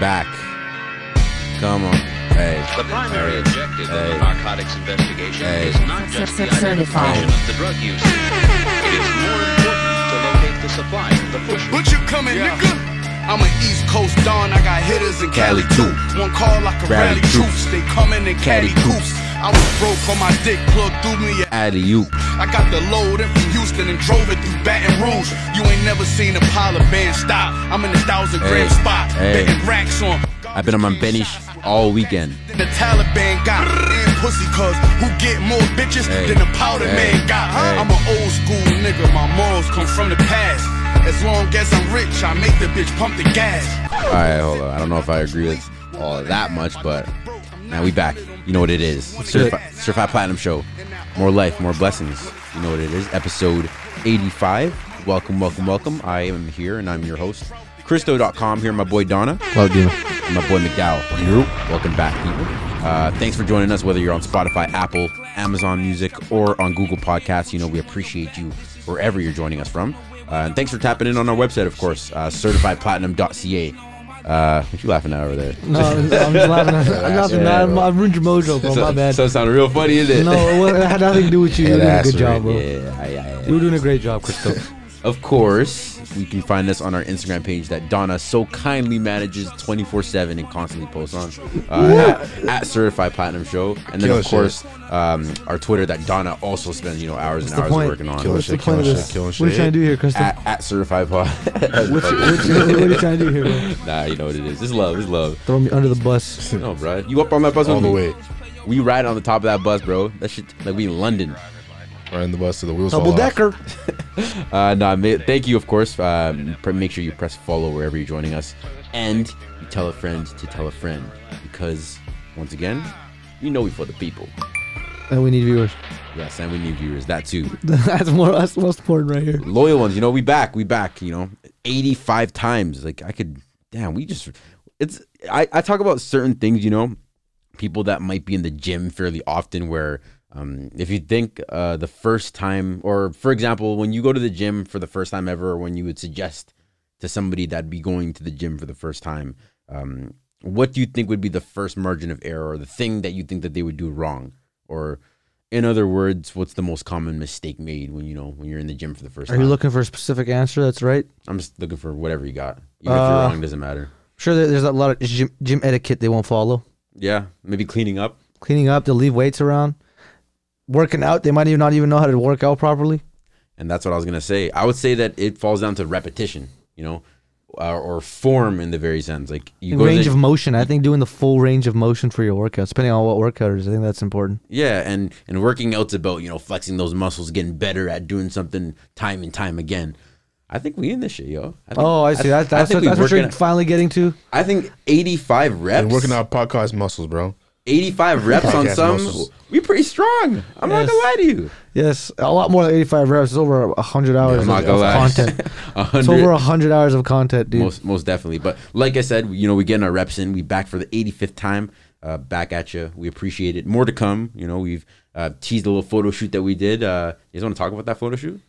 back. Come on. Hey. The primary Hey. objective of Hey. a narcotics investigation Hey. is not just the Certified. identification of the drug users. It is more important to locate the supplier, the pusher. Butcher coming, Yeah. nigga. I'm an East Coast don. I got hitters in Cali too. One call, I can Rally rally troops. troops. They coming in Caddy Cali coops. coops. I was broke on my dick, plug through me. Out of you. I got the load in from Houston and drove it through Baton Rouge. You ain't never seen a pile of bands stop. I'm in a thousand Hey. gram spot, Hey. betting racks on. I've been on my bench all weekend. The Taliban got and pussy cuz who get more bitches Hey. than the powder Hey. man got. Hey. I'm an old school nigga, my morals come from the past. As long as I'm rich, I make the bitch pump the gas. All right, hold on. I don't know if I agree with all of that much, but now we back. You know what it is. Certified, Certified Platinum Show. More life, more blessings. You know what it is. Episode 85. Welcome, welcome, welcome. I am here and I'm your host. Christo.com here, my boy Donna. Love you. and my boy McDowell. Welcome back, people. Uh, thanks for joining us, whether you're on Spotify, Apple, Amazon Music, or on Google Podcasts. You know, we appreciate you wherever you're joining us from. Uh, and thanks for tapping in on our website, of course, uh, certifiedplatinum.ca. Uh, what you laughing at over there? No, I'm just laughing. I'm laughing. I'm, i ruined your mojo, bro. my bad. So it sounded real funny, isn't it? no, it wa- it had nothing to do with you. Yeah, You were doing a that's good job, right. bro. Yeah, yeah, yeah. You were doing a great job, Christo. Of course, you can find us on our Instagram page that Donna so kindly manages 24 7 and constantly posts on uh, at, at Certified Platinum Show. And then, Killer of shit. course, um, our Twitter that Donna also spends you know hours What's and the hours point? working Killer on. What's shit, the point of killing this? shit, killing What are you shit. trying to do here, Christo? At, at Certified Pod. What's- what's- what are you trying to do here, bro? nah, you know what it is. It's love. It's love. Throw me under the bus. No, bro. You up on that bus All with Mm-hmm. the me? way. We ride on the top of that bus, bro. That shit, like we in London. Riding the bus to the wheels Double fall off. decker. Uh, no, ma- thank you, of course. Um, pr- make sure you press follow wherever you're joining us, and you tell a friend to tell a friend because, once again, you know we for the people. And we need viewers. Yes, and we need viewers. That too, that's more. That's most important right here. loyal ones. You know we back, we back. You know, 85 times. Like I could, damn. We just, it's. I I talk about certain things. You know, people that might be in the gym fairly often where um, if you think uh, the first time or for example when you go to the gym for the first time ever or when you would suggest to somebody that'd be going to the gym for the first time um, what do you think would be the first margin of error or the thing that you think that they would do wrong or in other words what's the most common mistake made when you know when you're in the gym for the first Are time you looking for a specific answer? That's right. i'm just looking for whatever you got even if Uh, you're wrong doesn't matter Sure, there- there's a lot of gym, gym etiquette they won't follow. yeah maybe cleaning up Cleaning up, they'll leave weights around. Working out, they might even not even know how to work out properly. And that's what I was gonna say. I would say that it falls down to repetition, you know, uh, or form in the very sense. Like you go to range the- of motion. I think doing the full range of motion for your workouts, depending on what workout it is, I think that's important. yeah, and and working out's about you know flexing those muscles, getting better at doing something time and time again. I think we in this shit, yo. I think, Oh, I th- see. That's, that's, I think what, we that's what working- you're finally getting to. I think eighty-five reps, And working out podcast muscles, bro. eighty-five reps on Podcast some. muscles. We pretty strong. I'm not Yes. gonna lie to you. Yes, a lot more than 85 reps. It's over 100 hours I'm of, not gonna of lie. content. A it's hundred- over 100 hours of content, dude. most most definitely. But like I said, you know, we getting our reps in. We back for the 85th time. Uh, back at you. We appreciate it. More to come. You know, we've uh, teased a little photo shoot that we did. Uh, you guys want to talk about that photo shoot?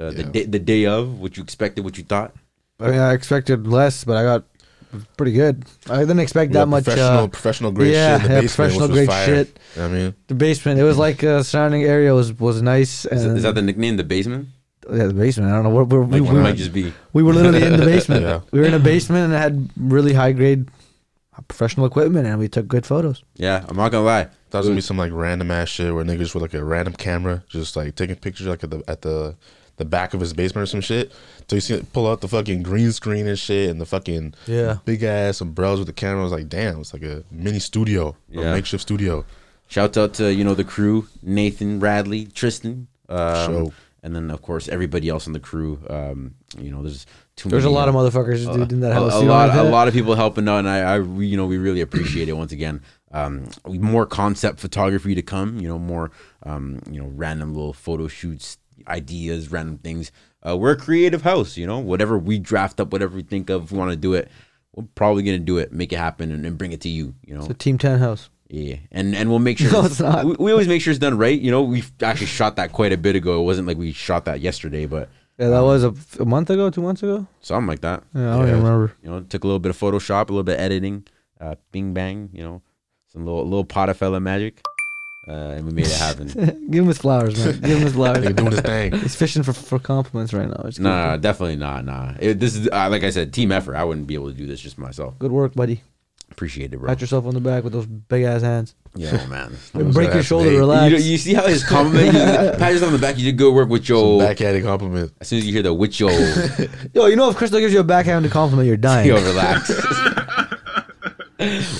Uh, The day, the day of, what you expected, what you thought. I mean, I expected less, but I got pretty good. I didn't expect We that had much. professional, Uh, professional grade yeah, shit. In the yeah, basement, professional which was grade fire. shit. You know what I mean, the basement. It was like uh, surrounding area was was nice. And Is, that- is Um, that the nickname, the basement? yeah, the basement. I don't know. We're, we're, Like, we, it we, might just be. we were literally in the basement. Yeah. We were in a basement and it had really high grade professional equipment, and we took good photos. Yeah, I'm not gonna lie. that was gonna be some like random ass shit where niggas with like a random camera just like taking pictures like at the at the the back of his basement or some shit. So you see it pull out the fucking green screen and shit and the fucking Yeah. big ass umbrellas with the camera. I was like, damn, it's like a mini studio, Yeah. a makeshift studio. Shout out to you know the crew, Nathan, Radley, Tristan, um, Sure. and then of course everybody else on the crew. Um, you know, there's too There's a many, lot uh, of motherfuckers dude, in that a, house. a you know lot, what a I'm lot of people helping out, and I, I, we, you know, we really appreciate it once again. Um, more concept photography to come. You know, more, um, you know, random little photo shoots, ideas, random things. Uh, we're a creative house. You know, whatever we draft up, whatever we think of, we want to do it. We're probably gonna do it, make it happen, and, and bring it to you. You know, saying? The Team 10 house. yeah, and and we'll make sure. No, it's not. We, we always make sure it's done right. You know, we actually shot that quite a bit ago. It wasn't like we shot that yesterday, but Yeah, that was a, f- a month ago, two months ago. something like that. Yeah, I don't Yeah. even remember. You know, took a little bit of Photoshop, a little bit of editing, uh, bing bang. You know, some little little Potafella magic, uh, and we made it happen. Give him his flowers, man. Give him his flowers. Nigga doing his thing. He's fishing for, for compliments right now. It's good. nah, definitely not. Nah, it, this is uh, like I said, team effort. I wouldn't be able to do this just myself. Good work, buddy. Appreciate it, bro. Pat yourself on the back with those big ass hands. Yeah, man. Break your that? shoulder, Hey, you You, relax. know- you see how his compliment? you- pat yourself on the back. You did good work with your. Backhanded compliment. As soon as you hear the with your, Yo, you know if Crystal gives you a backhanded compliment, you're dying. yo, relax.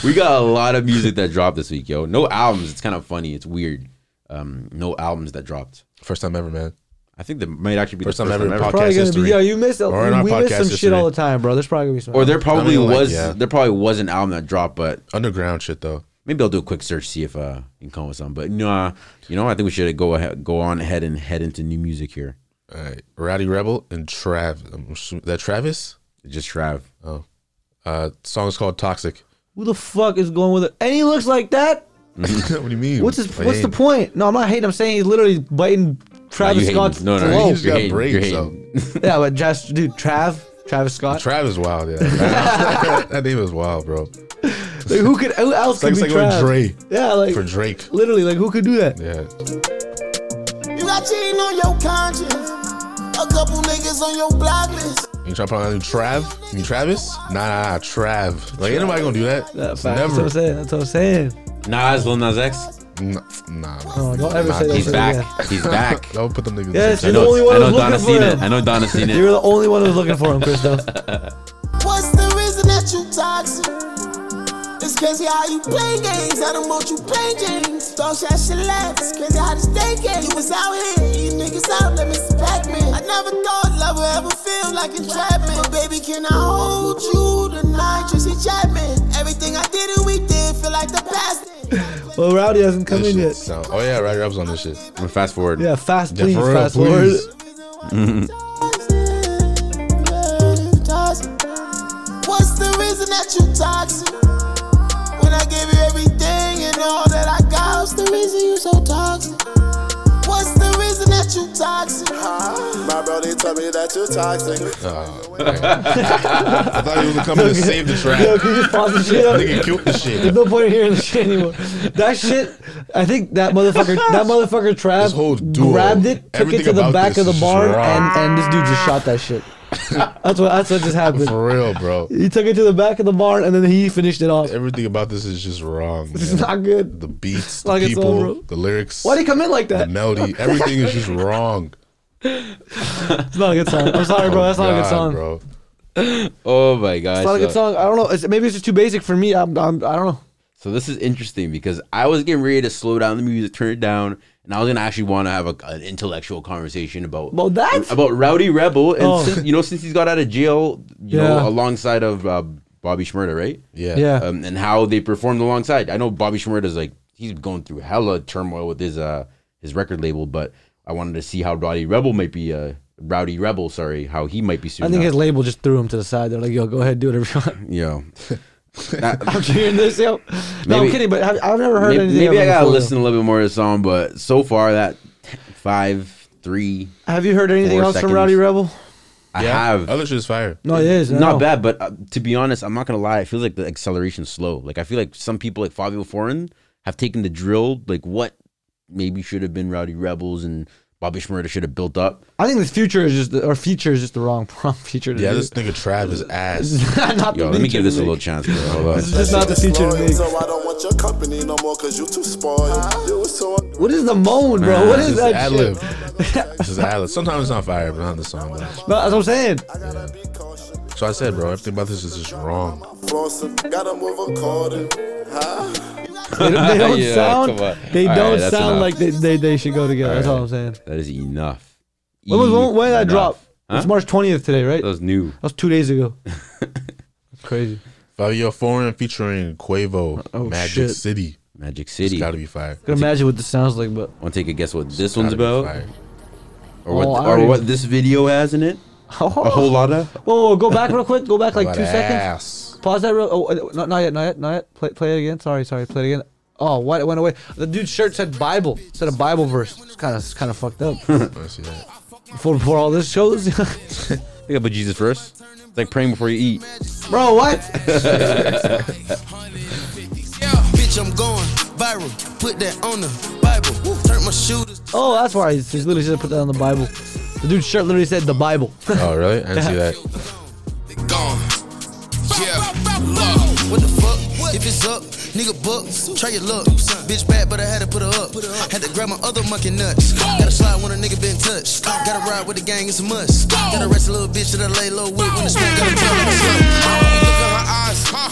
we got a lot of music that dropped this week, yo. No albums. It's kind of funny. It's weird. Um, no albums that dropped. First time ever, man. I think that might actually be First the time first ever time in ever. probably podcast gonna history. be. Yeah, you missed. Or in our we missed podcast some shit history. all the time, bro. There's probably gonna be some. Or there probably like, was yeah. there probably was an album that dropped, but Underground shit though. maybe I'll do a quick search see if uh you can come with some. But nah, you know I think we should go ahead, go on ahead and head into new music here. All right, Rowdy Rebel and Trav. I'm assu- that Travis. Just Trav. Oh, uh, song is called Toxic. who the fuck is going with it? And he looks like that. what do you mean? What's his? What's the Lame. point? No, I'm not hating. I'm saying he's literally biting Travis Uh, you hating. Scott's No, no, flow. He just You're got hating, braids you're though. hating. yeah, but just dude, Trav, Travis Scott. Trav is wild. Yeah, that name is wild, bro. It's Like, who could? Who else like, could it's be like Trav? with Dre Yeah, like for Drake. literally, like who could do that? Yeah, You got cheating on your conscience. A couple niggas on your block list. you trying to put on a new Trav? You mean Travis? Nah, nah, nah, Trav. Like ain't nobody gonna do that. That fact. That's what I'm Never. saying. That's what I'm saying. Nas, Lil Nas X. N- Nah, No, don't ever nah, say that He's shit. back. He's back. Don't put them niggas. in Yes, the same sentence. you know- only one I know who's Donna looking seen for it. him. I know Donna seen You were it. the only one who was looking for him, Christo. What's the reason that you toxic? It's crazy how you play games. I don't want you playing games. Don't shut shit left. It's crazy how this day game. You was out here, you niggas out, let me smack me. I never thought love would ever feel like entrapment. But baby, can I hold you tonight? Tracy Chapman. Everything I did and we did feel like the past. Well, Rowdy hasn't come This in shit yet. sound- oh yeah, Rowdy Rebel's on this shit. I'm fast forward. Yeah, fast, Yeah, please, for real, fast please. forward. What's the reason that you toxic? When I gave you everything and all that I got, what's the reason you so toxic? What's the reason that you toxic? My bro, they tell me that you toxic. I thought he was gonna come in and save the Yo, Trav. can you just pause the shit? up? Nigga killed the shit. There's no point in hearing the shit anymore. That shit, I think that motherfucker, that motherfucker This whole Trav duo, grabbed it, took it everything to the about back this of the is barn, wrong. and, and this dude just shot that shit. That's what that's what just happened. For real, bro. He took it to the back of the barn, and then he finished it off. Everything about this is just wrong. This man. is not good. the beats, Like the it's all people, wrong. the lyrics, Why'd he come in like the that? melody. Everything is just wrong. It's not a good song. I'm sorry, bro. That's not a God, good song. It's bro. Oh my gosh. not a good yo. song. I don't know. It's, maybe it's just too basic for me. I'm, I'm, I don't know. So this is interesting because I was getting ready to slow down the music, turn it down, and I was gonna actually want to have a, an intellectual conversation about About that? about Rowdy Rebel, and Oh. since, you know since he's got out of jail, you Yeah. know alongside of uh, Bobby Schmurda, right? Yeah. Yeah. Um, and how they performed alongside. I know Bobby Schmurda's like he's going through hella turmoil with his uh his record label, but I wanted to see how Rowdy Rebel might be uh Rowdy Rebel, sorry, how he might be soon. I think his his label just threw him to the side. They're like, yo, go ahead, do whatever you want. yo. I'm hearing this, yo. No, I'm Maybe- kidding, but I've, I've never heard maybe, anything. maybe of I him gotta before, though. listen a little bit more to the song, but so far that five three Have you heard anything Four else seconds. from Rowdy Rebel? I Yeah. have. Other shit is fire. No, it is. Not bad, but uh, to be honest, I'm not gonna lie. It feels like the acceleration's slow. Like I feel like some people, like Fabio Foreign, have taken the drill. Like what maybe should have been Rowdy Rebels and Bobby Shmurda should have built up. I think the future is just the, or feature is just the wrong prompt feature. To Yeah, do. this nigga Trav is ass. not the Yo, let me feature give this a to little make. chance. Bro. Hold This is on. just not the feature to make. So I don't want your company no more cause you too spoiled. Uh-huh. You was so What is the moan, bro? What This is is that ad lib. shit? This is ad lib. Sometimes it's on fire, but not in the song. Bro. No, that's what I'm saying. So I said, bro, everything about this is just wrong. flossing. Gotta move according. They don't, they don't Yeah, sound. come on. They All right, don't that's sound enough. like they, they, they should go together. That's all I'm saying. That is enough. When was when, when did that Enough. drop? Huh? It's March 20th today, right? That That was new. was two days ago. that's crazy. Fabio Foreign featuring Quavo, Oh, Magic shit. City. Magic It's City. gotta be fire. I can imagine what this sounds like, but Want to take a guess what this Gotta one's be about, fire. or what, Oh, I or already- what this video has in it? A whole lot of. Whoa, whoa, go back real quick. Go back like About two seconds. ass. oh, Pause that real. Oh, uh, not, not yet, not yet, not yet. Play, play it again. Sorry, sorry. Play it again. Oh, what? It went away. The dude's shirt said Bible. Said a Bible verse. It's kind of kind of fucked up. I see that. before, before all this shows, Think about Jesus first. It's like praying before you eat. bro. What? Bitch, I'm going viral. Put that on the Bible. Turn my shooters. Oh, that's why he he literally said put that on the Bible. The dude's shirt literally said the Bible. Oh, really? I didn't see that. They gone. Yeah. Look, What the fuck? If it's up, nigga buck, try your luck. Bitch bad, but I had to put her up. Had to grab my other monkey nuts. Gotta slide when a nigga been touched. Gotta ride with the gang, it's a must. Gotta rest a little bitch that I lay low with when it's back. Gotta tell her what's up. Look at her eyes, huh?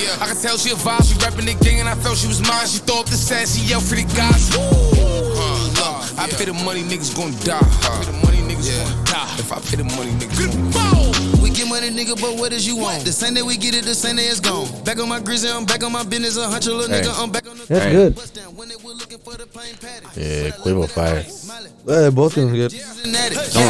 Yeah. I can tell she a vibe. She rapping the gang, and I felt she was mine. She throw up the sass, she yelled for the guys. uh, Woo! Huh, look, I pay the money, niggas gon' die. Huh? the money, niggas gon' die. If I pay the money, niggas gon' die. We get money, nigga, but what is you want? The same day we get it, the same day it's gone. Back on my grizzly, I'm back on my business. A hundred little Hey. nigga, I'm back on the That's good. bust down. When they were looking for the plain patty. Yeah, Quavo fire. Yeah, both of them good.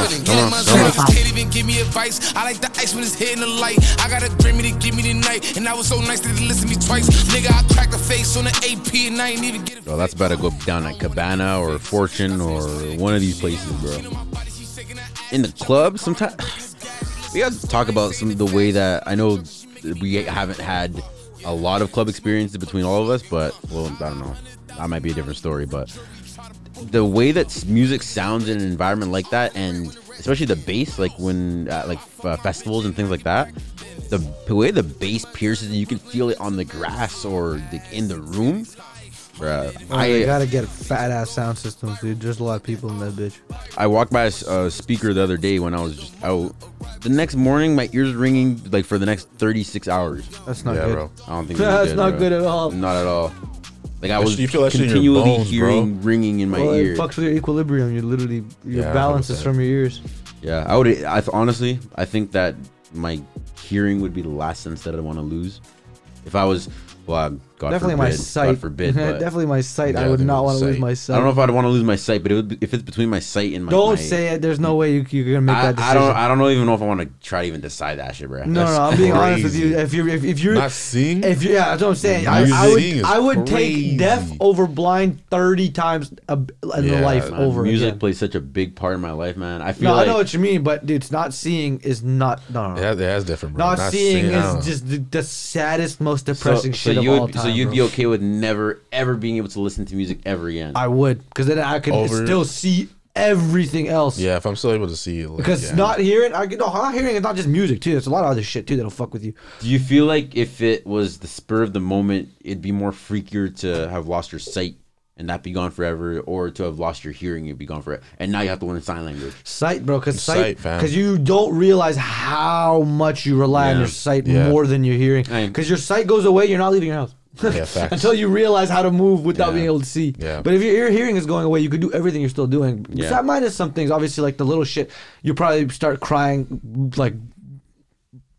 Niggas can't even give me advice. I like the ice when it's hitting the light. I got a Grammy to give me tonight, and I was so nice that they listened to me twice. Nigga, I cracked a face on the AP, and I ain't even get it. Bro, that's about to go down at Cabana or Fortune or one of these places, bro. In the club, sometimes we got to talk about some of the way that I know we haven't had a lot of club experiences between all of us, but well, I don't know. That might be a different story, but the way that s- music sounds in an environment like that, and especially the bass, like when at like f- uh, festivals and things like that, the p- way the bass pierces, and you can feel it on the grass or the, in the room, bruh. I I uh, gotta get fat ass sound systems, dude. There's a lot of people in that bitch. I walked by a s- a speaker the other day when I was just out. The next morning, my ears were ringing like for the next 36 hours. That's not yeah, good. bro. I don't think That's we did, not bro. good at all. Not at all. Like I That was shit- you feel that shit in your continually bones, bro. hearing ringing in my Well, ear. it fucks with your equilibrium. You literally your Yeah, balance is 100%. from your ears. Yeah, I would. I th- honestly, I think that my hearing would be the last sense that I'd want to lose. If I was, well, um, God definitely forbid, my sight. God forbid. but definitely my sight. Yeah, I would dude, not want to lose sight. my I I sight. don't know if I'd want to lose my sight, but it would be, if it's between my sight and my Don't my- say it. There's no way you, you're gonna make I, that I decision. don't. I don't know even know if I want to try to even decide that shit, bro. no, no, I'm being honest with you. crazy. If you're, if, if you're, Not seeing. if you, yeah, that's what I'm saying. I, Music I is would, I would crazy. take deaf over blind thirty times a, in Yeah, the life Man, over Uh, music again. plays such a big part in my life, man. I feel No, like I know what you mean, but dude, it's not seeing is not no, no, no. Yeah, that's different, bro. not, seeing I don't know. is just the, the saddest, most so, depressing so shit you of would all time. so you'd bro. be okay with never ever being able to listen to music ever again. I would, because then I could Over- still see everything else. Yeah, if I'm still able to see it, like, Because yeah. not hearing, I no, not hearing is not just music too. It's a lot of other shit too that'll fuck with you. Do you feel like if it was the spur of the moment, it'd be more freakier to have lost your sight and that be gone forever, or to have lost your hearing and be gone forever, and now you have to learn sign language? Sight, bro, because sight, Sight, fam. because you don't realize how much you rely on Yeah. your sight Yeah. more than your hearing. Aye. Because your sight goes away, you're not leaving your house yeah, facts. until you realize how to move without Yeah. being able to see. Yeah. But if your ear hearing is going away, you could do everything you're still doing. Yeah. Besides- Minus some things, obviously, like the little shit, you probably start crying like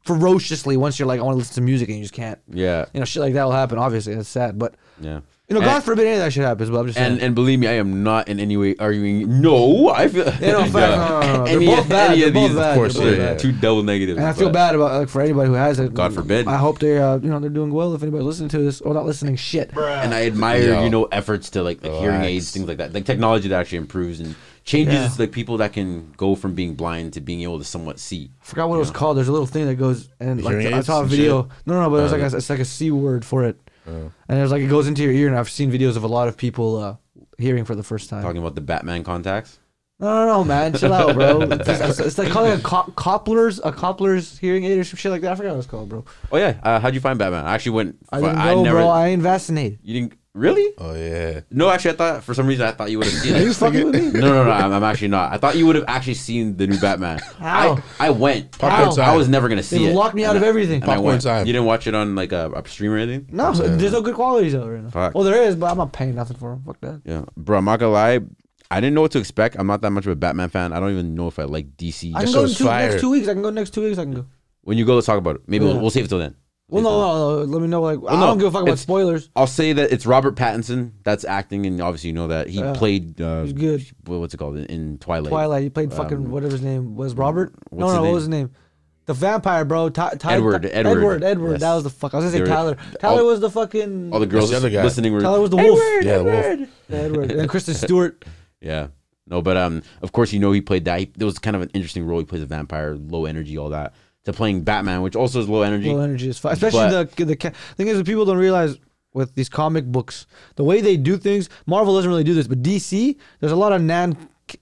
ferociously once you're like, I want to listen to music, and you just can't. Yeah, You know, shit like that will happen. Obviously, that's sad, but. yeah. You know, and, God forbid any of that shit happens, but I'm just saying. and and believe me, I am not in any way arguing. No, I feel. Yeah, no, fact, no, no, no, no. They're both bad, they're both bad, of course, they're both are bad. two double negatives. And I feel but- bad about like for anybody who has it. God forbid. I hope they, uh, you know, they're doing well. If anybody's listening to this or not listening, shit. and I admire Yo. you know efforts to like the hearing Relax. aids, things like that, like technology that actually improves and changes Yeah. like people that can go from being blind to being able to somewhat see. forgot what it was called. There's a little thing that goes and like Hearing I aids saw a and video. shit? No, no, no, but it Oh, was like a, it's like a c word for it, and it's like it goes into your ear. And I've seen videos of a lot of people uh, hearing for the first time. Talking about the Batman contacts. No, no, no, man, chill out, bro. It's, it's, it's like called like a co- coppler's a coppler's hearing aid or some shit like that. I forgot what it's called, bro. Oh yeah, uh, how'd you find Batman? I actually went. I didn't go, bro. I ain't vaccinated. you didn't really? oh yeah, No, actually, I thought for some reason I thought you would have seen Are you it. fucking with me? No, no, no, I'm, I'm actually not. I thought you would have actually seen the new Batman. How? I, I went. Popcorn I, time. I was never gonna see They it. locked me out And of I- everything. and I Popcorn went. time. You didn't watch it on like a, a stream or anything? No, there's no good qualities out right now. Fuck. Well, there is, but I'm not paying nothing for them. Fuck that. Yeah, bro. I'm not gonna lie. I didn't know what to expect. I'm not that much of a Batman fan. I don't even know if I like DC. I can That go in show's two, fire. next two weeks. I can go next two weeks. I can go. when you go, let's talk about it. Maybe Yeah. we'll, we'll save it till then. Save Well, no, till then. no, no. Let me know. Like, I no, don't give a fuck about it's- spoilers. I'll say that it's Robert Pattinson that's acting, and obviously you know that he played. Uh, He's good. wh- What's it called in, in Twilight? Twilight. You played fucking whatever his name was. Robert. No, um, what's no. his What name? was his name? The vampire, bro. Ty, Ty, Edward, Ty- Edward. Edward. Edward. Yes. That was the fuck. I was gonna They say were- Tyler. Tyler all- was the fucking. All the girls the other guy. listening were Tyler was the wolf. Yeah, the wolf. Edward. And Kristen Stewart. Yeah. No, but um, of course you know he played that. He, there was kind of an interesting role. He plays a vampire, low energy, all that. To playing Batman, which also is low energy. Low energy is fine. Especially But- the the ca- thing is, that people don't realize with these comic books, the way they do things. Marvel doesn't really do this, but DC, there's a lot of nan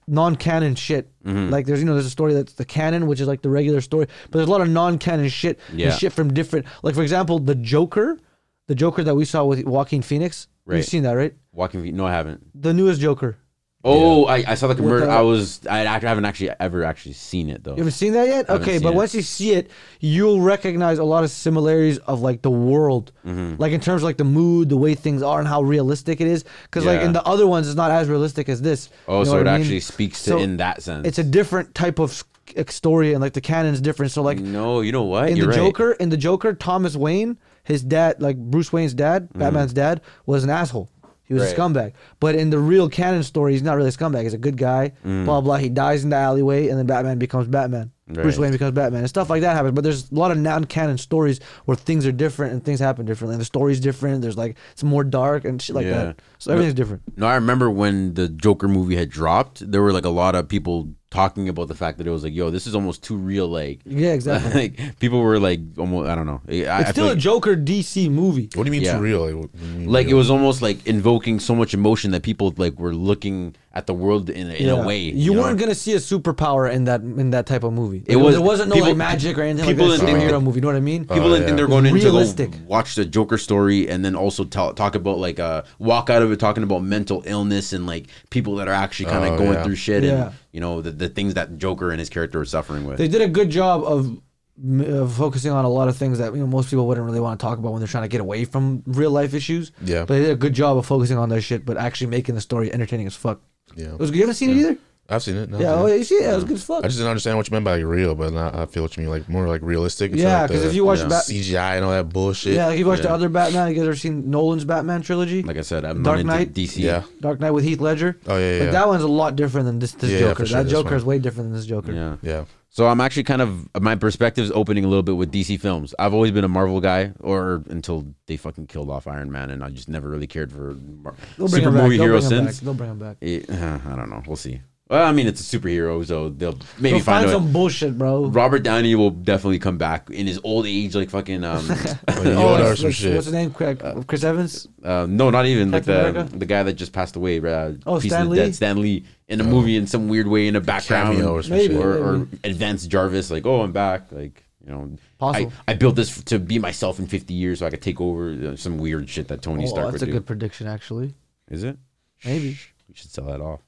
non-canon shit. Mm-hmm. Like there's you know there's a story that's the canon, which is like the regular story, but there's a lot of non-canon shit. and Yeah. shit from different. Like for example, the Joker, the Joker that we saw with Joaquin Phoenix. Right. You've seen that, right? Walking Feet. No, I haven't. The newest Joker. Oh, I, I saw the commercial. the- I was I, act- I haven't actually ever actually seen it though. uh, You haven't seen that yet? haven't Okay, seen but it. once you see it, you'll recognize a lot of similarities of like the world, Mm-hmm. like in terms of like the mood, the way things are, and how realistic it is. Because like in Yeah. the other ones, it's not as realistic as this. oh, You know so what it I mean? actually speaks to So in that sense. It's a different type of s- like, story, and like the canon's different. So like no. You know what? in You're the right. Joker, in the Joker, Thomas Wayne, his dad, like Bruce Wayne's dad, Batman's dad, was an asshole. He was a Mm-hmm. Right. scumbag. But in the real canon story, he's not really a scumbag. He's a good guy. Mm. Blah blah. He dies in the alleyway, and then Batman becomes Batman. Bruce Right. Wayne becomes Batman, and stuff like that happens. But there's a lot of non-canon stories where things are different and things happen differently. And the story's different. There's like it's more dark and shit like Yeah. that. So everything's different. No, I remember when the Joker movie had dropped. There were like a lot of people talking about the fact that it was like, yo, this is almost too real. Like, Yeah, exactly. like people were like, almost. I don't know. I, I It's feel still a like- Joker DC movie. What do you mean Yeah. too real? Like, what do you mean like real? it was almost like invoking so much emotion that people like were looking at the world in, a- in Yeah. a way. you, know? weren't gonna see a superpower in that in that type of movie. It Like, was- there wasn't no people- like magic or anything people like that. didn't Uh-huh. It's a think- superhero movie. You know what I mean? People didn't think they were yeah. going into Realistic. go watch the Joker story and then also tell, talk about like uh walk out of it talking about mental illness and like people that are actually kind of Oh, going yeah. through shit Yeah. and you know the, the things that Joker and his character are suffering with. they did a good job of, m- of focusing on a lot of things that you know most people wouldn't really want to talk about when they're trying to get away from real life issues. Yeah. but they did a good job of focusing on that shit, but actually making the story entertaining as fuck. Yeah. It was good. You haven't seen it either. I've seen it. No, Yeah, I've oh, seen it. you see, it? yeah, it was good as fuck. I just didn't understand what you meant by real, but now I feel what you mean, like more like realistic. It's Yeah, not like 'cause the if you watch Bat- CGI and all that bullshit, yeah, like you watched the Yeah. other Batman. You guys ever seen Nolan's Batman trilogy? like I said, I'm Dark not Knight? into DC. yeah, Dark Knight with Heath Ledger. Oh, yeah, yeah, Like, yeah. that one's a lot different than this, this Yeah, yeah, Joker. for sure, that this Joker one. is way different than this Joker. Yeah. yeah. So I'm actually kind of my perspective's opening a little bit with DC films. I've always been a Marvel guy, or until they fucking killed off Iron Man, and I just never really cared for Mar- They'll bring super him back. movie They'll hero bring him back. since. They'll bring him back. It- I don't know. We'll see. Well, I mean, it's a superhero, so they'll maybe find, They'll find a way. some bullshit, bro. Robert Downey will definitely come back in his old age, like fucking um, Oh, Like, Yoda or what's, some what's, shit. what's his name? Craig- Chris Evans. uh, no, not even like Captain the America? the guy that just passed away. Uh, Oh, Feast Stan of the Lee? Dead, Stan Lee in a movie in some weird way in a background, Cameo or some Maybe, shit. or, or maybe. advanced Jarvis, like oh, I'm back, like you know. I, Possible. I built this to be myself in 50 years so I could take over uh, some weird shit that Tony Oh, Stark that's would a do. good prediction, actually. Is it? Maybe. Shh, We should sell that off.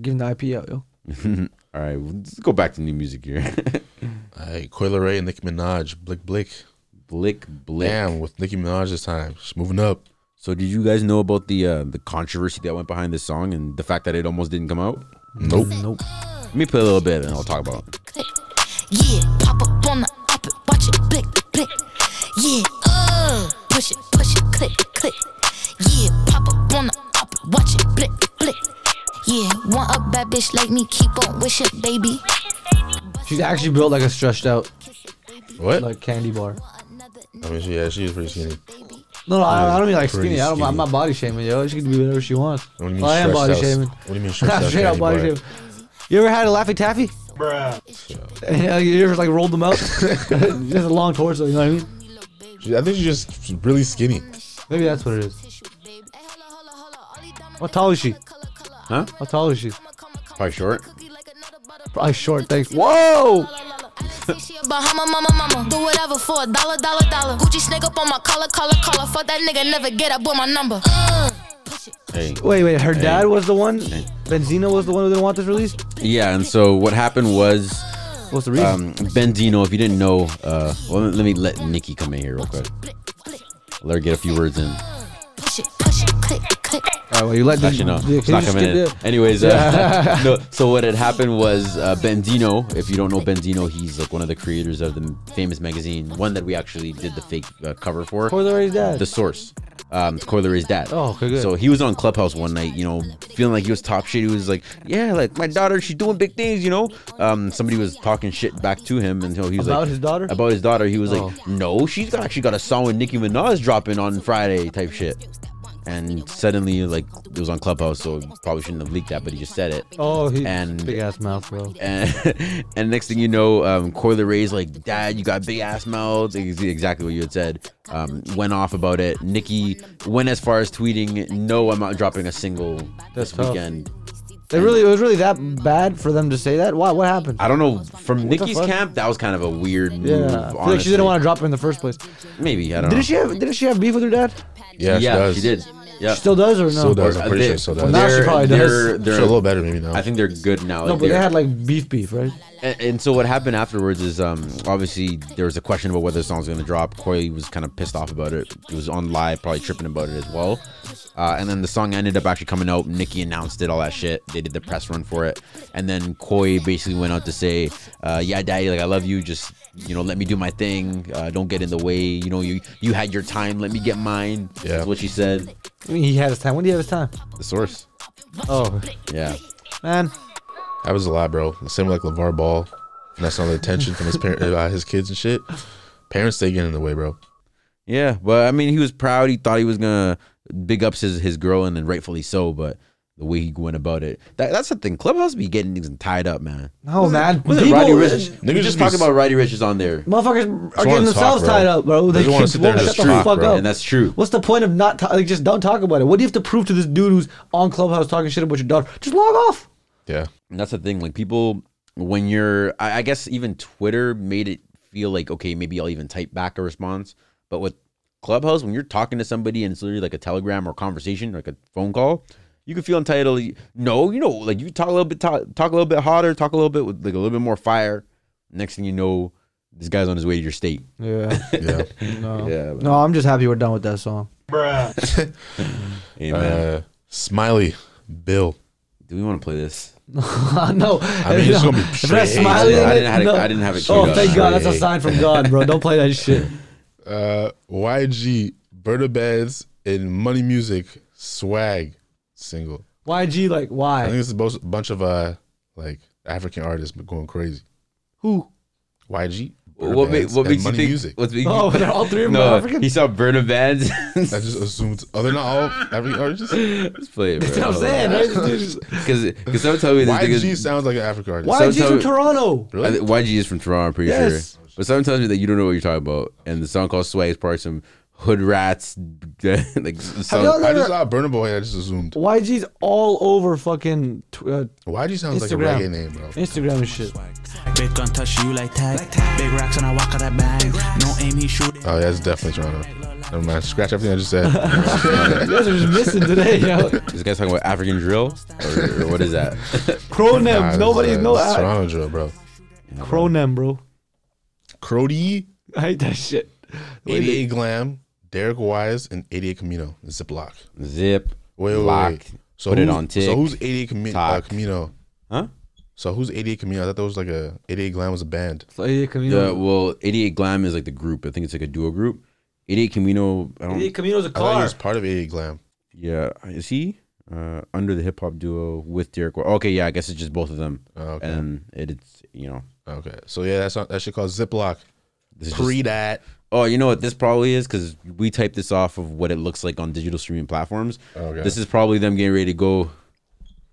Giving the IP out, yo. All right, well, let's go back to new music here. Alright, Coil Ray and Nicki Minaj, Blick Blick. Blick, blick. Damn, with Nicki Minaj this time, she's moving up. So did you guys know about the uh, the controversy that went behind this song and the fact that it almost didn't come out? Nope. Nope. Let me play a little bit and I'll talk about it. Yeah, pop up on the up it, watch it blick, blick. Yeah, uh, push it, push it, click, click. Yeah, pop up on the up it, watch it blick, blick. Yeah, want a bad bitch like me, keep on wishing, baby. She's actually built like a stretched out What? like candy bar. I mean, she, yeah, she was pretty skinny. No, no, I, I don't mean like Pretty skinny. I don't, I'm skinny. not body shaming, yo. She can be whatever she wants. What do you mean? I am stretched body out- shaming. What do you mean? Stretched I'm out straight out candy body bar? shaming. You ever had a Laffy Taffy? Bruh. you ever like rolled them out? Just a long torso, you know what I mean? She- I think she's just really skinny. Maybe that's what it is. How tall is she? Huh? How tall is she? Probably short. Probably short, thanks. Whoa! Bahama mama mama, do whatever for a dollar dollar dollar. Gucci snake up on my collar collar collar. Fuck that nigga, never get up with my number. Uh, push it. Hey. Wait, wait, her dad was the one? Benzino was the one who didn't want this release? Yeah, and so what happened was What's the reason? um, Benzino, if you didn't know, uh, well, let me let Nikki come in here real quick. Blick, blick. Let her get a few words in. Push it, push it, click, click. All right, well, you let this. Actually, no, yeah, it's can not you just coming skip in. the- Anyways, uh, no, so what had happened was uh, Benzino, if you don't know Benzino, he's like one of the creators of the famous magazine, one that we actually did the fake uh, cover for. Coil Ray's dad. The Source. um, Coi Leroy's dad. Oh, okay, good. So he was on Clubhouse one night, you know, feeling like he was top shit. He was like, yeah, like my daughter, she's doing big things, you know. Um, somebody was talking shit back to him, and so he was About like, his daughter? about his daughter. He was Oh. like, no, she's got, actually got a song with Nicki Minaj dropping on Friday, type shit. And suddenly, like it was on Clubhouse, so probably shouldn't have leaked that, but he just said it. Oh, he And- big ass mouth, bro. And, and next thing you know, um, Coyle Ray's like, Dad, you got big ass mouth. Ex- Exactly what you had said. Um, went off about it. Nikki went as far as tweeting, No, I'm not dropping a single That's this tough. weekend. It really, it was really that bad for them to say that. Why? What happened? I don't know. From What the Nikki's fuck? camp, that was kind of a weird move. Yeah, I feel like she didn't want to drop him in the first place. to. Maybe. I don't know. Didn't she have? Didn't she have beef with her dad? Yeah, she does. did. Yeah. Still does or no? Still does. I'm pretty They- sure still Well, does. now she they're- probably they're- does. they're- She's a little better maybe now. I think they're good now. Like, No, but they they're- had like beef, beef, right? And, and so what happened afterwards is um, obviously there was a question about whether the song was going to drop. Corey was kind of pissed off about it. He was on live, probably tripping about it as well. Uh, and then the song ended up actually coming out. Nicki announced it, all that shit. They did the press run for it, and then Koi basically went out to say, uh, "Yeah, Daddy, like I love you. Just you know, let me do my thing. Uh, don't get in the way. You know, you you had your time. Let me get mine." Yeah. That's what she said. I mean, he had his time. When did he have his time? The source. Oh, Yeah. man. That was a lot, bro. Same with like LeVar Ball. And that's all the attention from his parent, uh, his kids and shit. Parents stay getting in the way, bro. Yeah, but I mean, he was proud. He thought he was gonna big ups his his girl, and then rightfully so. But the way he went about it, that, that's the thing. Clubhouse be getting niggas tied up, man. No, man. Was it People- Roddy Rich? Niggas Niggas just, just be talking about Roddy Rich is on there, Motherfuckers are wanna getting talk, themselves bro. tied up, bro. They just wanna sit there and won't just shut the talk, fuck bro. up. and that's true. What's the point of not ta- like just don't talk about it? What do you have to prove to this dude who's on Clubhouse talking shit about your daughter? Just log off. Yeah. And that's the thing. Like people, when you're, I, I guess even Twitter made it feel like okay, maybe I'll even type back a response. But with Clubhouse, when you're talking to somebody and it's literally like a telegram or conversation, like a phone call, you can feel entitled. You- No, you know, like you talk a little bit, talk, talk a little bit hotter, talk a little bit with like a little bit more fire. Next thing you know, this guy's on his way to your state. Yeah. Yeah. No. Yeah, No, I'm just happy we're done with that song. Amen. uh, Smiley Bill. Do we want to play this? no. I mean, it's gonna be if that's shit. smiling, I in didn't it, have it- no. I didn't have it Oh, queued up. thank God, that's a Shit. sign from God, bro. Don't play that shit. Uh, YG, Berta Bands, and Money Music swag single. YG, like, I think why? it's a bos- bunch of uh like African artists going crazy. Who? YG. Berta What, ma- Bands, what and makes you Money think? Music? What's making Oh, they're all three of them no, are African. he saw Burner Bands. I just assumed. Oh, they're not all African artists. Let's play it, bro. That's what I'm saying. Right? This dude- Because because someone told me this thing YG is sounds like an African artist. Why- YG's so- from Toronto. I think YG is from Toronto, I'm pretty Yes. sure. But someone tells me that you don't know what you're talking about, and the song called "Sway" is part of some hood rats. like y'all song. I just saw Burna Boy. I just assumed. YG's all over fucking tw- uh, YG sounds Instagram. like a reggae name, bro. Instagram and shit. Big gun touch you like tag. Big rocks and I walk out that bag. No aim, he shoot it. Oh, yeah, that's definitely Toronto. Never mind. Scratch everything I just said. You guys are just missing today, yo. This guy's talking about African drill, or, or what is that? Cronem. Nobody, it's, uh, no. it's I- Toronto drill, bro. Cronem, bro. Crody, I hate that shit. The way 88 Glam, Derek Wise, and 88 Camino. and Ziplock. Zip. Wait, wait, Lock. wait. So Put it who's- on tick. So who's 88 Cami- uh, Tock. Camino? Huh? So who's 88 Camino? I thought that was like a 88 Glam was a band. they- Yeah. Camino. Well, 88 Glam is like the group. I think it's like a duo group. 88 Camino. I don't. Camino's a I thought he car. was part of 88 Glam. Yeah. Is he uh, under the hip hop duo with Derek? Wa- Okay. Yeah. I guess it's just both of them. Oh, okay. And it, it's you know. Okay. So yeah, that's not, that shit called Ziplock. This is just- Pre that. Oh, you know what this probably is because we typed this off of what it looks like on digital streaming platforms. Okay. This is probably them getting ready to go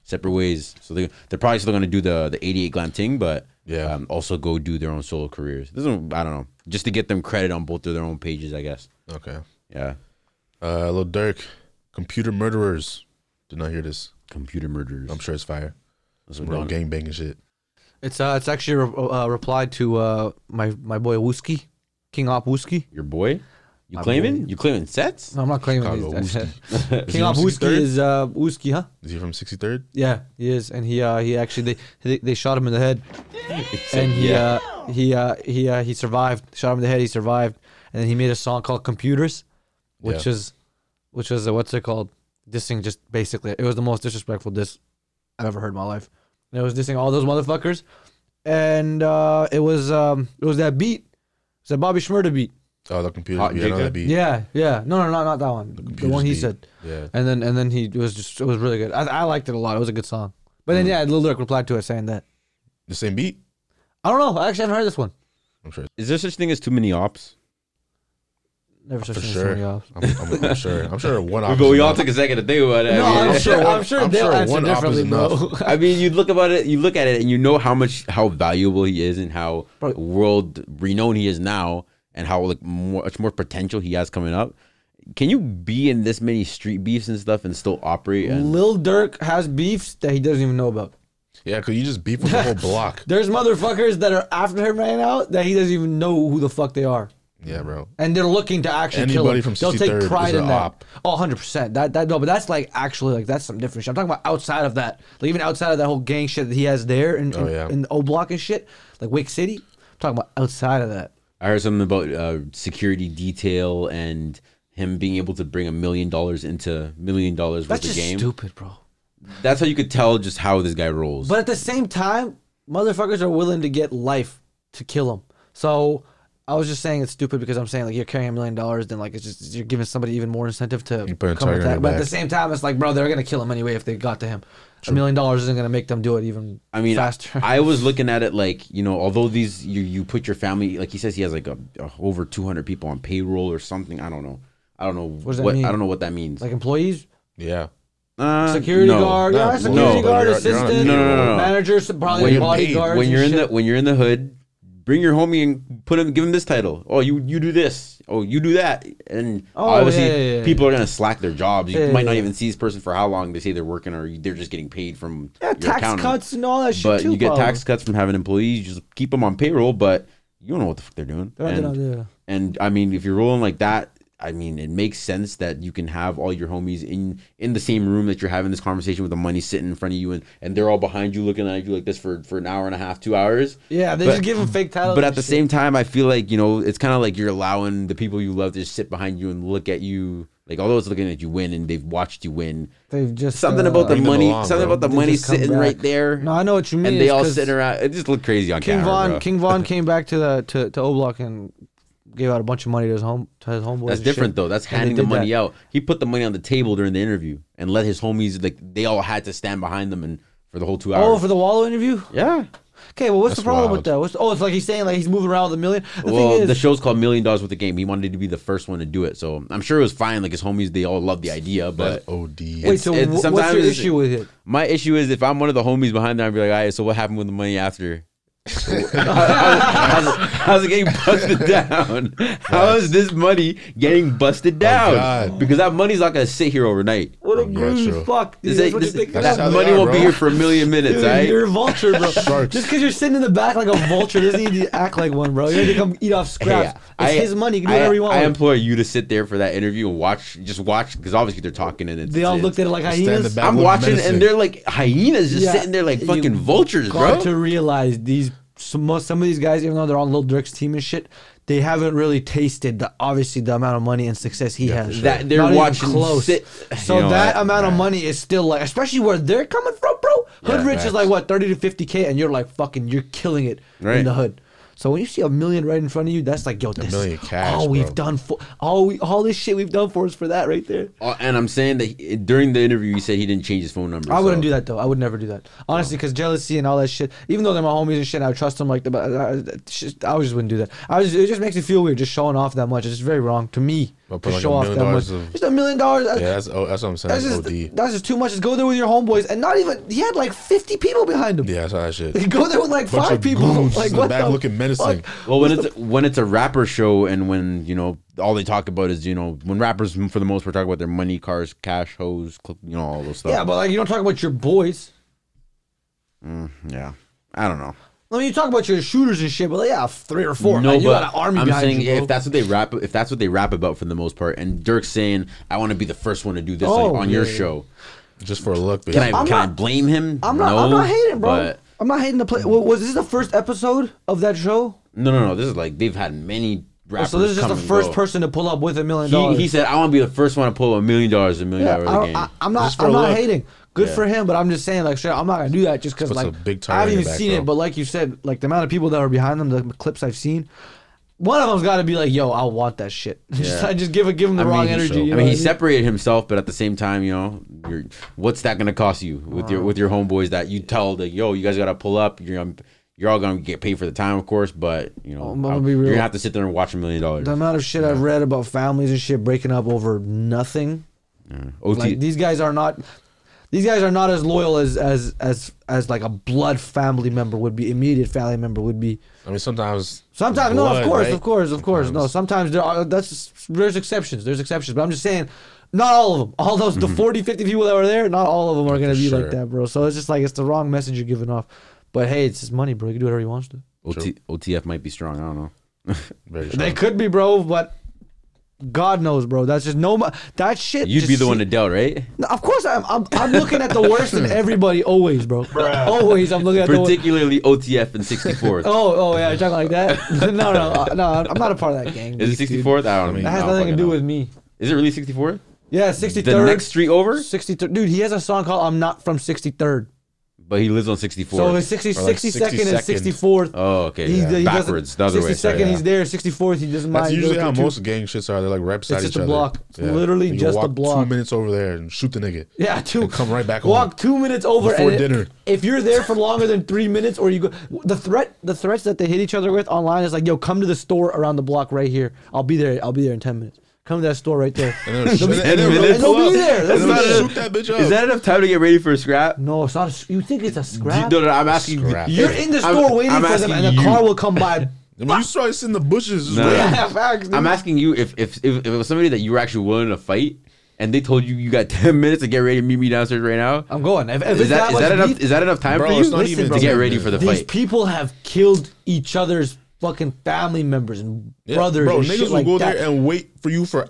separate ways. So they they're probably still going to do the the eighty eight glam thing, but Yeah. um, also go do their own solo careers. This is, I don't know, just to get them credit on both of their own pages, I guess. Okay. Yeah, Uh, Lil Durk, Computer Murderers. Did not hear this. computer murderers. I'm sure it's fire. Some what real Don- gangbanging shit. It's uh, it's actually a re- uh, reply to uh, my my boy Wooski, King Op Wooski. Your boy, you My claiming? boy. You claiming sets? No, I'm not claiming Chicago these. he King Op from Wooski 63rd? is uh, Wooski, huh? Is he from 63rd? Yeah, he is, and he uh, he actually they, they they shot him in the head, and he uh, he uh, he uh, he survived. Shot him in the head. He survived, and then he made a song called "Computers," which Yeah. is which was uh, what's it called? Dissing just basically. It was the most disrespectful diss I've ever heard in my life. And it was dissing all those motherfuckers, and uh, it was um, it was that beat, it's that Bobby Schmurda beat. Oh, the computer. Hot beat. I know that Jigga? beat. Yeah, yeah. No, no, not not that one. The, Computer's one he beat. said. Yeah. And then and then he it was just it was really good. I, I liked it a lot. It was a good song. But Hmm. then yeah, Lil Durk replied to it saying that. The same beat. I don't know. I actually haven't heard this one. I'm sure. Is there such thing as too many ops? Never For searched sure. I'm, I'm, I'm sure. I'm sure one We, op. go- is we all enough. took a second to think about it. No, I mean, I'm sure. I'm one- sure I'm they'll sure answer one op is differently, bro. I mean, you look about it, you look at it, and you know how much, how valuable he is, and how Bro. world renowned he is now, and how like more, much more potential he has coming up. Can you be in this many street beefs and stuff and still operate? And Lil Durk has beefs that he doesn't even know about. Yeah, because you just beef with the whole block. There's motherfuckers that are after him right now that he doesn't even know who the fuck they are. Yeah, bro. And they're looking to actually kill Anybody from him. They'll take 63rd pride is in a that. op. Oh, 100 percent. That that no, but that's like actually like that's some different shit. I'm talking about outside of that, like even outside of that whole gang shit that he has there in Oh, in, yeah. in the O Block and shit, like Wake City. I'm talking about outside of that. I heard something about uh, security detail and him being able to bring a million dollars into million dollars worth That's of just game. stupid, bro. That's how you could tell just how this guy rolls. But at the same time, motherfuckers are willing to get life to kill him. So I was just saying it's stupid because I'm saying like you're carrying a million dollars, then like it's just you're giving somebody even more incentive to You put a come target on with that. their But at back. the same time, it's like, bro, they're gonna kill him anyway if they got to him. A million dollars isn't gonna make them do it even I mean, faster. I was looking at it like you know, although these you you put your family like he says he has like a, a over two hundred people on payroll or something. I don't know. I don't know what, does that mean? I don't know what that means. like employees, Yeah. Uh, security no. guard, No, yeah, no, no, security guard, you're- you're on- assistant, no, no, no, no. manager, so When probably you're bodyguards. When you're in and the shit. when you're in the hood, bring your homie and put him give him this title. Oh, you you do this. Oh, you do that. And Oh, obviously, yeah, yeah, yeah. people are gonna slack their jobs. You Yeah, might not yeah. even see this person for how long they say they're working, or they're just getting paid from yeah, tax cuts and all that shit but too. you get probably. tax cuts from having employees. You just keep them on payroll, but you don't know what the fuck they're doing. They're not and, doing- yeah. and I mean, if you're rolling like that, I mean, it makes sense that you can have all your homies in in the same room that you're having this conversation with the money sitting in front of you, and and they're all behind you looking at you like this for for an hour and a half, two hours. Yeah, they But- just give him fake titles. But and at the shit. same time, I feel like you know it's kind of like you're allowing the people you love to just sit behind you and look at you. Like although it's looking at you win and they've watched you win, they've just something uh, about the Bring them money, along, something bro. about the They money just come sitting back. right there. No, I know what you mean. And they It's all 'cause sit around. It just looked crazy on King camera. Von bro. King Von came back to the to, to O Block and gave out a bunch of money to his home to his homeboys. That's and different shit. though. That's And they handing the did money that. out. He put the money on the table during the interview and let his homies like they all had to stand behind them and for the whole two hours. Oh, for the Wallow interview. yeah. Okay, well, what's the That's problem wild. with that? What's, oh, it's like he's saying like he's moving around with a million. The well, thing is, the show's called Million Dollars with the Game. He wanted to be the first one to do it, so I'm sure it was fine. Like his homies, they all loved the idea, but. But OD. wait, so it's- wh- what's sometimes your it's- issue with it? My issue is if I'm one of the homies behind that, I'd be like, all right, so what happened with the money after? how's, it- how's it getting busted down? How is this money getting busted down? God. because that money's not going to sit here overnight. What a Yeah, greedy true. fuck, dude. This That's ain't- what this- you're thinking That's of. how that they money are, won't be bro. here for a million minutes, Dude, right? You're a vulture, bro. Sharks. Just because you're sitting in the back like a vulture doesn't need to act like one, bro. You need to come eat off scraps. it's his money. You can do I- whatever you want. I with it. implore you to sit there for that interview and watch, just watch, because obviously they're talking and it's. they all it's- looked at it like Stand in the hyenas. back. I'm Look watching menacing. and they're like hyenas just Yeah. sitting there like You fucking vultures, got bro. to realize these some most- some of these guys, even though they're on Lil Durk's team and shit, they haven't really tasted the obviously the amount of money and success he has. sure. That- they're even watching sit- so you know that what? amount of money is still like, especially where they're coming from, bro. Hood Yeah, rich is facts. like what thirty to fifty k, and you're like fucking, you're killing it Right. in the hood. So when you see a million right in front of you, that's like, yo, this million cash, all bro. we've done for all we all this shit we've done for is for that right there. Uh, and I'm saying that he, during the interview, he said he didn't change his phone number. I wouldn't so- do that though. I would never do that. Oh. Honestly, because jealousy and all that shit. Even though they're my homies and shit, I would trust them like the. But I, I, that shit- I just wouldn't do that. I was. It just makes me feel weird, just showing off that much. It's just very wrong to me But to put like a show off million that much. dollars of- just a million dollars. uh, Yeah, that's, oh, that's what I'm saying. that's OD. just that's just too much. Just go there with your homeboys and not even. He had like fifty people behind him. yeah, that's all that shit. Go there with like Bunch five of people. goons like in the what back the looking menacing. fuck? Well, when it's when it's a rapper show and when you know all they talk about is you know when rappers for the most part talk about their money, cars, cash, hoes, cl- you know all those stuff. Yeah, but like you don't talk about your boys. yeah. I don't know. I mean, you talk about your shooters and shit, but like, yeah, three or four. No, like, you got an army I'm behind saying you. Bro. if that's what they rap, if that's what they rap about for the most part, and Dirk's saying, "I want to be the first one to do this like, Oh, on your yeah, yeah. show," Just for a look, can I basically. I'm can I not- blame him? I'm not. I'm No, not hating, bro. but- I'm not hating the play. wa- Was this the first episode of that show? no, no, no. This is like they've had many rappers. Oh, so this is just the come and first go. person to pull up with a million He, dollars. he said, "I want to be the first one to pull a million dollars, a million Yeah, dollars a game." I, am not. Just for I'm a not look. hating. Good Yeah. for him, but I'm just saying, like, sure, I'm not gonna do that just because, Puts a like, big target I haven't on your even back, seen bro. it. But like you said, like the amount of people that are behind them, the clips I've seen, one of them's got to be like, "Yo, I want that shit." just, Yeah. I just give a, give him the I mean, wrong he energy. showed- you I know mean, he what separated himself, but at the same time, you know, you're, what's that going to cost you with your with your homeboys that you tell that yo, you guys got to pull up. You're um, you're all going to get paid for the time, of course, but you know, I'm gonna I'm- be you're real. going to have to sit there and watch a million dollars. The amount of shit I've read about families and shit breaking up over nothing. OT Like these guys are not. These guys are not as loyal as as as as like a blood family member would be. Immediate family member would be. I mean, sometimes. Sometimes, no, of blood, course, right? of course, of course, no. Sometimes there are that's there's exceptions. There's exceptions, but I'm just saying, not all of them. All those the 40, 50 people that were there, not all of them are gonna be Mm-hmm. sure. like that, bro. So it's just like it's the wrong message you're giving off. But hey, it's his money, bro. He can do whatever he wants to. OT, OTF might be strong. I don't know. Very They could be, bro, but God knows, bro. That's just no. mo- That shit. You'd just be the one se- to dealt, right? No, of course, I'm, I'm. I'm looking at the worst in everybody always, bro. Always, I'm looking at the worst. Particularly OTF and 64th. Oh, oh yeah, you're talking like that. no, no, uh, no. I'm not a part of that gang. Is it 64th? I don't know. That has nothing to do with me. Is it really 64th? Yeah, 63rd. The next street over? 63rd. Dude, he has a song called I'm Not From 63rd. But he lives on 64th. So his 60, 62nd and 64th. Oh, okay. He- yeah. he doesn't- Backwards. The other way. 62nd, sorry. he's there. 64th, he doesn't That's mind. usually those how two- most gang shits are. They're like right beside It's each just a other. block. It's literally You can just a walk block. Two minutes over there and shoot the nigga. Yeah, two. And come right back home. Walk two minutes over Before and it- dinner. If you're there for longer than three minutes, or you go, the threat, the threats that they hit each other with online is like, "Yo, come to the store around the block right here. I'll be there. I'll be there in ten minutes. Come to that store right there. And they'll shoot- They'll be- and they'll and really they'll pull be up. there. They'll They'll be there. shoot that bitch up. Is that enough time to get ready for a scrap? No, it's not. A, you think it's a scrap? No, no, I'm asking. Scrap. you- You're in the I'm- store waiting I'm for them, asking and a you. car will come by. I mean, you saw us in the bushes. Just No. waiting. yeah, facts. dude. I'm asking you if, if if if it was somebody that you were actually willing to fight, and they told you you got 10 minutes to get ready to meet me downstairs right now. I'm going. If, if Is it's that is much that enough? beef- Is that enough time Bro, for you it's not even to get 10 ready for the These fight? people have killed each other's fucking family members and Yeah. brothers. Bro, and niggas shit will like go that. there and wait for you for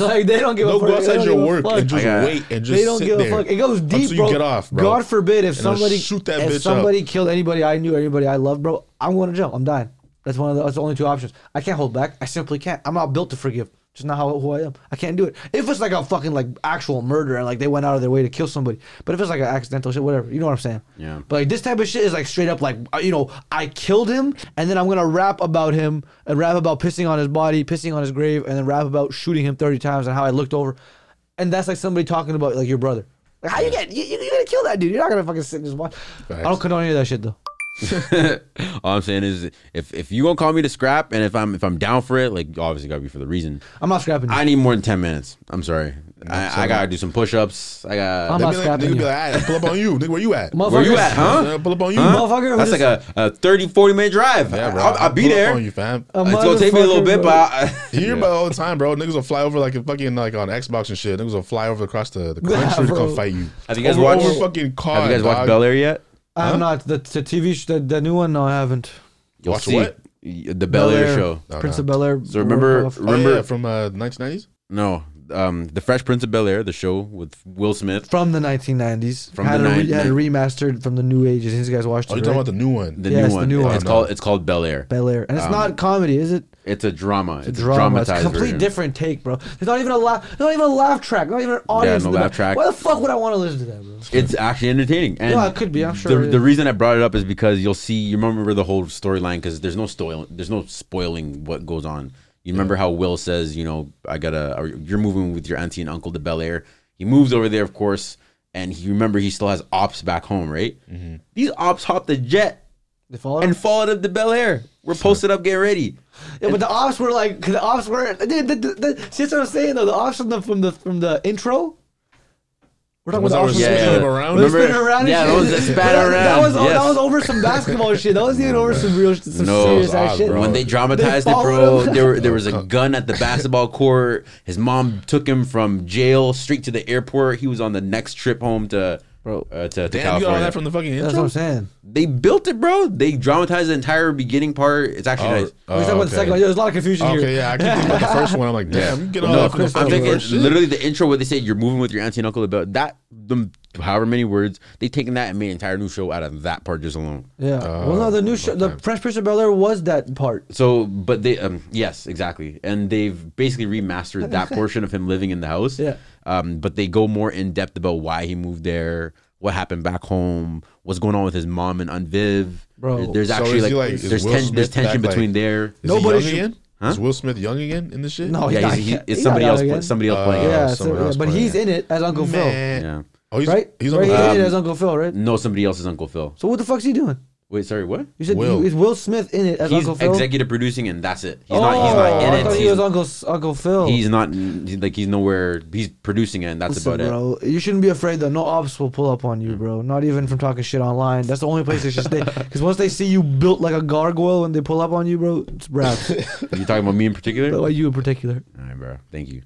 hours. Like they don't give They'll a fuck. go They outside don't your give a work fuck. and just Yeah. wait and just they don't sit give a there fuck. It goes deep, until you bro. get off, bro. God forbid if And they'll somebody shoot that if bitch up. somebody killed anybody I knew, anybody I loved, bro. I'm going to jail. I'm dying. That's one of the, that's the only two options. I can't hold back. I simply can't. I'm not built to forgive. Just not how who I am. I can't do it. If it's like a fucking like actual murder and like they went out of their way to kill somebody, but if it's like an accidental shit, whatever. You know what I'm saying? Yeah. But like this type of shit is like straight up like uh, you know I killed him and then I'm gonna rap about him and rap about pissing on his body, pissing on his grave, and then rap about shooting him 30 times and how I looked over, and that's like somebody talking about like your brother. Like how you get you, you- you're gonna kill that dude? You're not gonna fucking sit and just watch. I don't condone any of that shit though. All I'm saying is, if if you gonna call me to scrap, and if I'm if I'm down for it, like obviously gotta be for the reason. I'm not scrapping. You. I need more than ten minutes. I'm sorry. I, I gotta do some push-ups. I got. I'm not They be like, scrapping nigga be you. like, "Alright, pull up on you. Nigga, where you at? Motherfuckers- Where you at, Yeah, huh? Pull up on you. Huh? Motherfucker who That's like just- a, a 30, 40 minute drive. Yeah, bro. I'll, I'll be pull up there. on you, fam. A It's gonna take me a little motherfucker, bit, bro. but I, You hear Yeah. about it all the time, bro. Niggas will fly over like a fucking like on Xbox and shit. Niggas will fly over across the, the Yeah, country to bro. come fight you. Have you guys over, watched- over fucking car? Have you guys dog. watched Bel Air yet? I'm not the, the TV sh- the, the new one. No, I haven't. You'll Watch see what? the Bel Air show. Prince of Bel Air. So remember- Oh, Remember- yeah, from uh, 1990s? No, um, the Fresh Prince of Bel Air, the show with Will Smith, from the 1990s. From had the a re- nine- had a remastered from the new ages. These guys watched Oh, it. you're talking right? about the new one. the Yeah, it's new the one. new one. It's called it's called Bel Air. Bel Air, and it's not comedy, is it? It's a drama. Um, It's, a drama. It's a dramatized complete version. different take, bro. There's not even a laugh. There's not even a laugh track. Not even an audience. no in the laugh back. track. Why the fuck would I want to listen to that, bro? It's actually entertaining. And it could be, I'm sure The, it the is. reason I brought it up is because you'll see, you remember the whole storyline because there's no spoil, there's no spoiling what goes on. You remember how Will says, you know, I gotta, or you're moving with your auntie and uncle to Bel Air. He moves over there, of course, and he remember he still has ops back home, right? Mm-hmm. These ops hop the jet They follow. and followed up to Bel Air. We're posted up, getting ready. Yeah, but the ops were like, 'cause the ops were. Dude, the, the, the, see, that's what I'm saying though. The ops from the from the from the intro. We're talking ones about that the were ops from the spinning intro. them around? They were spinning Remember- around and yeah, shit. those that spat That around, was- That was, yes. that was over some basketball shit. That wasn't even over some real, some No, serious it was ass odd, shit. bro. When they dramatized They it, bro, followed him. there were, there was a gun at the basketball court. His mom took him from jail straight to the airport. He was on the next trip home to Bro. uh, to, to Damn, you got all California. that from the fucking That's what intro? I'm saying. they built it, bro. They dramatized the entire beginning part. It's actually Oh. nice. We're talking about Oh, the second one. There's a lot of confusion here. Okay, yeah, I keep thinking about the first one. I'm like, damn, you get all No, that from the I'm fucking thinking first Oh, shit. literally the intro where they say you're moving with your auntie and uncle about that. Them however many words they taken that and made an entire new show out of that part just alone. Yeah. Uh, well, no, the new show, the Fresh Prince of Bel Air was that part. So, but they, um, yes, exactly, and they've basically remastered that portion of him living in the house. Yeah. Um, but they go more in depth about why he moved there, what happened back home, what's going on with his mom and Aunt Viv. Bro. there's So actually is he, like, like, is there's, Will ten- there's Smith tension back, like- between there. is he Nobody young should- again? Is Will Smith young again in this shit? No, yeah, he's he's, not- he- it's he's somebody not else. young pl- again. somebody else Uh, playing. yeah, it. so- yeah, but he's in it as Uncle Phil. Man. Yeah. Oh, he's Right? He's Right, Uncle he's in Phil. it as Uncle Phil, right? No, somebody else is Uncle Phil. So what the fuck's he doing? Wait, sorry, what? You said Will. Will. is Will Smith in it as he's Uncle Phil? executive producing, and that's it. He's oh, not. He's not in I it. thought he He's- was Uncle Uncle Phil. He's not he's like he's nowhere. He's producing it, and that's Listen, about bro, You shouldn't be afraid though. No ops will pull up on you, bro. Not even from talking shit online. That's the only place they should stay. Because once they see you built like a gargoyle, when they pull up on you, bro, it's wraps. it. You talking about me in particular? Bro, you in particular. All right, bro. Thank you.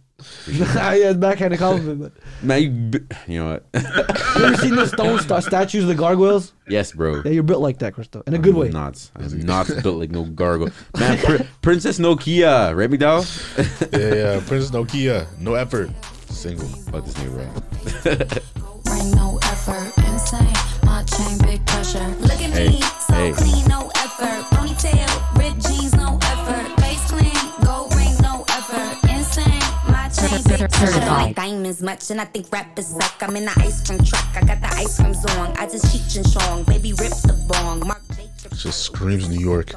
yeah, it's backhand compliment. But Man, you, b- you know what? you ever seen the stone sta- statues of the gargoyles? yes, bro. Yeah, you're built like that, Christo, in a good I'm way. Not. I'm not built like no gargoyle. Man, Pr- Princess Nokia, right, McDowell? yeah, yeah. Princess Nokia, no effort, single. Fuck this nigga, right? Rain, no effort, insane. My chain, big pressure. Look at me, Hey, so hey. clean, no effort. Ponytail, ripped jeans, no effort. Face clean, gold ring, no effort. Insane, my chain, big pressure. I like diamonds much, and I think rap is suck. I'm in the ice cream truck, I got the ice cream song. I just cheat and chong, baby rip the bong. Mark Just screams New York.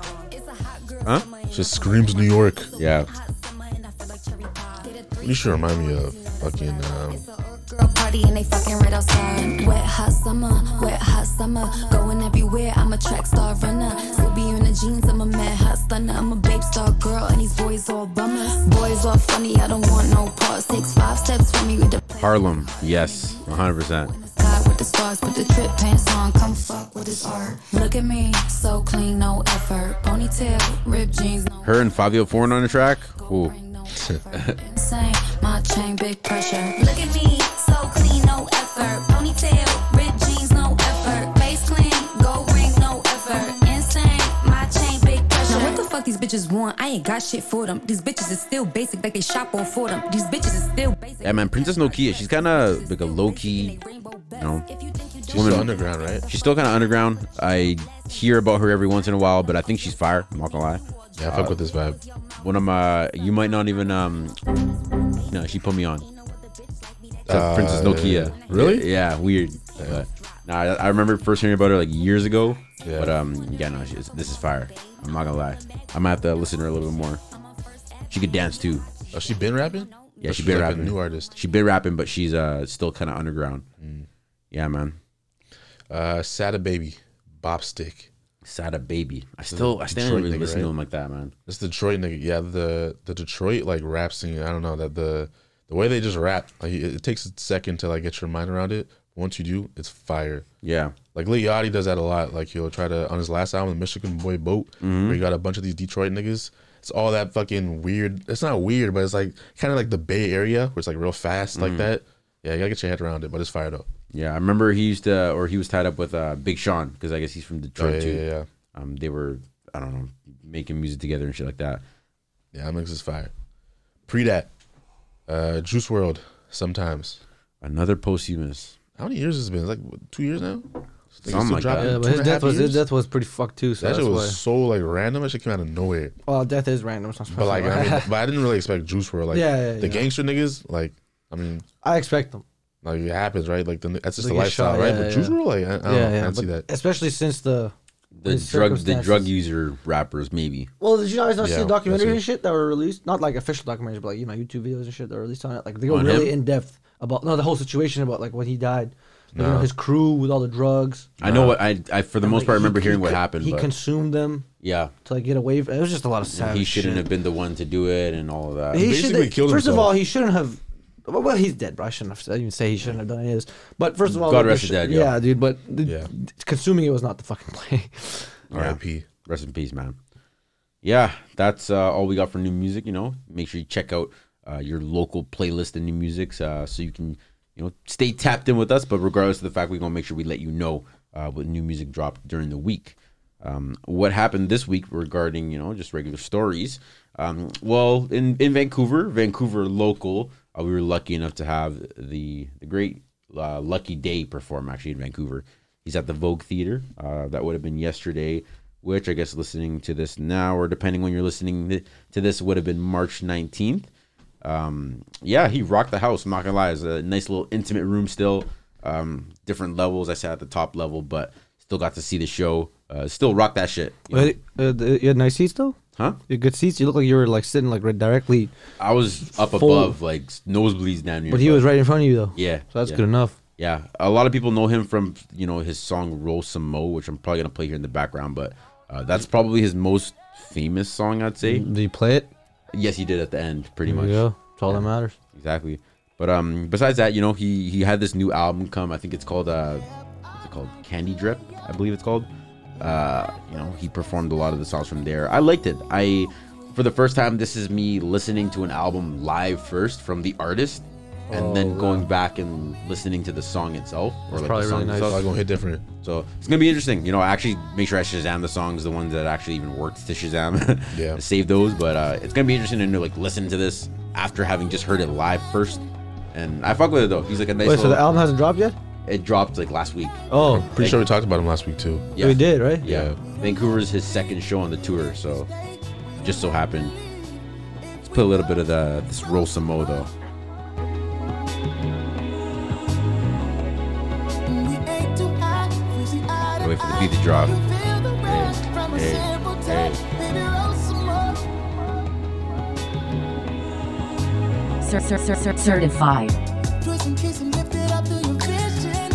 Huh? Just screams New York. Yeah. You should remind me of fucking. Um, girl party and they fucking right outside. Wet hot summer, wet hot summer. Going everywhere, I'm a track star runner. Ruby in the jeans, I'm a mad hot stunner. I'm a babe star girl and these boys all bummers. Boys all funny, I don't want no parts. Takes five steps from me with the Harlem. Yes, 100. percent God with the stars, put the trip pants on, come fuck with this art. Look at me, so clean, no effort. Ponytail, ripped jeans, no Her and Fabio Foreign on the track. Ooh. insane. My chain, big pressure. Look at me, so clean, no effort. Ponytail, ripped jeans, no effort. Face clean, gold ring, no effort. Insane, my chain, big pressure. Now what the fuck these bitches want? I ain't got shit for them. These bitches is still basic, like they shop on for them. These bitches is still basic. yeah, man, Princess Nokia. She's kind of like a low key, you know, She's still underground, right? She's still kind of underground. I hear about her every once in a while, but I think she's fire. I'm not gonna lie. Yeah, I fuck with this vibe. One of my, you might not even um, no, she put me on. To Uh, Princess Nokia. really? Yeah, weird. But, nah, I, I remember first hearing about her like years ago. Yeah. But um, yeah, no, she's, this is fire. I'm not gonna lie. I might have to listen to her a little bit more. She could dance too. Oh, she been rapping? Yeah, Or she she's been like rapping. A new artist. She been rapping, but she's uh still kind of underground. Mm. Yeah, man. Uh, Sada Baby, Bop Stick. Sada Baby. I still, I still really listen to him like that, man. It's Detroit nigga. Yeah, the the Detroit like rap scene. I don't know that the the way they just rap. Like it, it takes a second to like get your mind around it. Once you do, it's fire. Yeah. Like Lil Yachty does that a lot. Like he'll try to on his last album, Michigan Boy Boat, Mhm. where he got a bunch of these Detroit niggas. It's all that fucking weird. It's not weird, but it's like kind of like the Bay Area, where it's like real fast like Mhm. that. Yeah, you gotta get your head around it, but it's fired up. Yeah, I remember he used to, or he was tied up with uh, Big Sean because I guess he's from Detroit yeah, too. yeah, yeah. Um, they were, I don't know, making music together and shit like that. Yeah, that mix is fire. Pre that, uh, Juice World. Sometimes. Another posthumous. How many years has it been? Like what, two years now. This nigga's Something still like dropping that. Yeah, two but his and a death half was his years? death was pretty fucked too. So that shit that's was why. so like random. That shit came out of nowhere. well, death is random. It's not But supposed like, to I mean, but I didn't really expect Juice World. Like, Yeah, yeah, the yeah. gangster niggas. Like, I mean, I expect them. like it happens, right? Like, the, that's just They the get lifestyle, shot, right? yeah, but yeah. Juice World, like, I, I don't, know, Oh, I don't but see that. Especially since the The his drug, the drug circumstances. user rappers, maybe. Well, did you guys not Yeah, see the that's documentaries it. and shit that were released? Not like official documentaries, but like you know YouTube videos and shit that were released on it. Like they go On really him? in depth about no the whole situation about like when he died, like, you Nah. know, his crew with all the drugs. I know what I, I for the And, most like, part, I he- remember he hearing what co- happened. He but consumed them yeah, to like get away. From, it was just a lot of savage. he shouldn't shit. have been the one to do it and all of that. He should, First of all, he shouldn't have. Well, well, he's dead, bro. I shouldn't have said- even say he shouldn't have done any of this. But first of all, God like, rest the his dead, sh- Yeah, yeah. dude. But the, Yeah. consuming it was not the fucking play. R.I.P. Rest in peace, man. Yeah, that's uh, all we got for new music. You know, make sure you check out uh, your local playlist and new musics uh, so you can, you know, stay tapped in with us. But regardless of the fact, we're gonna make sure we let you know uh, what new music dropped during the week. Um, what happened this week regarding you know just regular stories? Um, well, in in Vancouver, Vancouver local, uh, we were lucky enough to have the the great uh, Lucky Day perform actually in Vancouver. He's at the Vogue Theater. Uh, that would have been yesterday, which I guess listening to this now, or depending when you're listening th- to this, would have been March 19th. Um, yeah, he rocked the house. I'm not gonna lie, it's a nice little intimate room still. um, different levels. I sat at the top level, but still got to see the show. Uh, still rock that shit. you know? Wait, uh, the- you had nice seats though. Huh? You had good seats. You look like you were like sitting like right directly. I was up full. above, like nosebleeds down near. But he was right in front of you though. Yeah, So that's yeah. good enough. Yeah, a lot of people know him from you know his song "Roll Some Mo," which I'm probably gonna play here in the background, but uh, that's probably his most famous song, I'd say. Did you play it? Yes, he did at the end, pretty Mm-hmm. There much. you go. That's all that Yeah, matters. Exactly. But um, besides that, you know, he he had this new album come. I think it's called uh, what's it called? Candy Drip, I believe it's called. Uh, you know, he performed a lot of the songs from there. I liked it. I, for the first time, this is me listening to an album live first from the artist, and Oh, then wow. going back and listening to the song itself. That's probably the really song nice. itself. Probably gonna hit different. So it's gonna be interesting. You know, I actually make sure I Shazam the songs, the ones that actually even worked to Shazam. Yeah. Save those, but uh, it's gonna be interesting to know, like listen to this after having just heard it live first. And I fuck with it though. He's like a nice. Wait, so the little- album hasn't dropped yet? it dropped like last week. Oh. Pretty sure we talked about him last week too. Yeah. We did, right? Yeah. Vancouver's his second show on the tour, so just so happened. Let's put a little bit of the this roll some mo though. Wait Wait for the beat to drop. Hey, hey, hey. Cer- cer- cer- cer- certified. Twist and kiss and lift it up to your vision.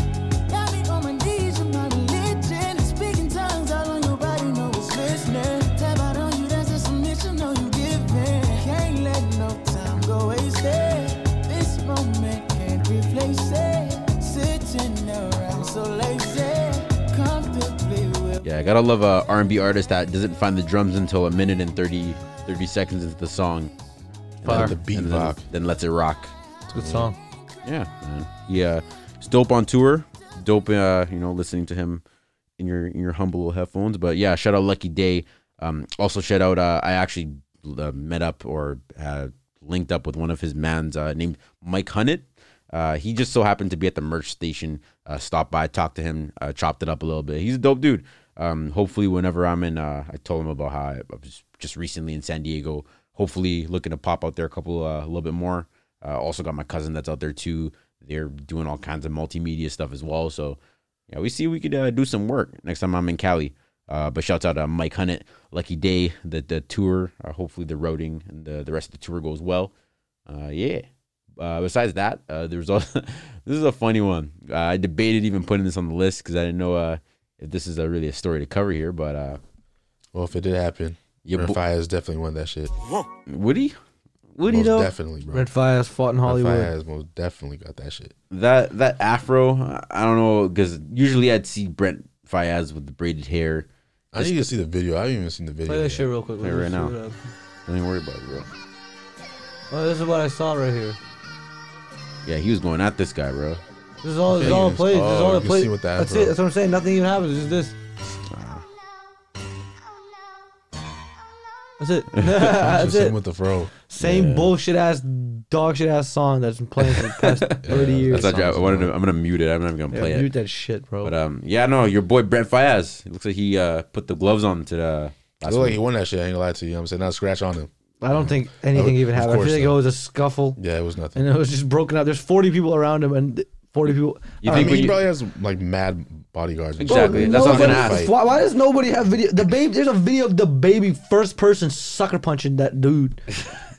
Got me on my knees with my religion. Speaking tongues out on your body, no it's listening. Tap out on you, that's a submission, no you giving. Can't let no time go wasted. This moment can't replace it. Sitting around so lazy. Comfortably with Yeah, I gotta love a R&B artist that doesn't find the drums until a minute and 30, 30 seconds into the song. And Fire. then- The beat and then, rock. then lets it rock. It's a good song. Yeah, man. Yeah, it's dope on tour. Dope, uh, you know, listening to him in your in your humble little headphones. But yeah, shout out Lucky Day. Um, also shout out. Uh, I actually uh, met up or uh, linked up with one of his mans uh, named Mike Hunnett. Uh, he just so happened to be at the merch station. Uh, stopped by, talked to him, uh, chopped it up a little bit. He's a dope dude. Um, hopefully, whenever I'm in, uh, I told him about how I, I was just recently in San Diego. Hopefully, looking to pop out there a couple, uh, a little bit more. Uh, also got my cousin that's out there too. They're doing all kinds of multimedia stuff as well. So yeah, we see we could uh, do some work next time I'm in Cali. Uh, but shouts out to Mike Hunnett, Lucky Day, the the tour. Uh, hopefully the routing and the, the rest of the tour goes well. Uh, yeah. Uh, besides that, uh, there's also this is a funny one. Uh, I debated even putting this on the list because I didn't know uh, if this is a, really a story to cover here. But uh, Well, if it did happen, Your your bo- Fires definitely won that shit. Woody, Woody most though, definitely, bro. Red Fires fought in Hollywood. Fires most definitely got that shit. that that afro i don't know because usually i'd see brent fayaz with the braided hair I need to see the video. I haven't even seen the video. Play that yet. shit real quick. Play it We'll right see now what don't even worry about it bro Oh, this is what I saw right here. yeah he was going at this guy bro This is all. This is Okay. all the plays. this is Oh, you all the can plays. see what the That's afro- it. That's what I'm saying. Nothing even happens. It's just this. That's it. that's Just him it. with the fro. Same Yeah. bullshit ass dog shit ass song that's been playing for the past thirty years. that's not, I wanted to, i'm gonna mute it i'm not even gonna Yeah, play it mute that shit, bro. but um yeah no your boy brent fayaz it looks like he uh put the gloves on to the Look like he won that shit. I ain't gonna lie to you. you know what I'm saying not a scratch on him. I don't think anything Of even happened. I course feel like it not. was a scuffle. Yeah, it was nothing. And it was just broken up. There's 40 people around him, and th- 40 people. You uh, I think mean, he probably has like mad bodyguards? and shit. Exactly. That's what I'm gonna ask. Why, why does nobody have video? The baby. There's a video of the baby first person sucker punching that dude.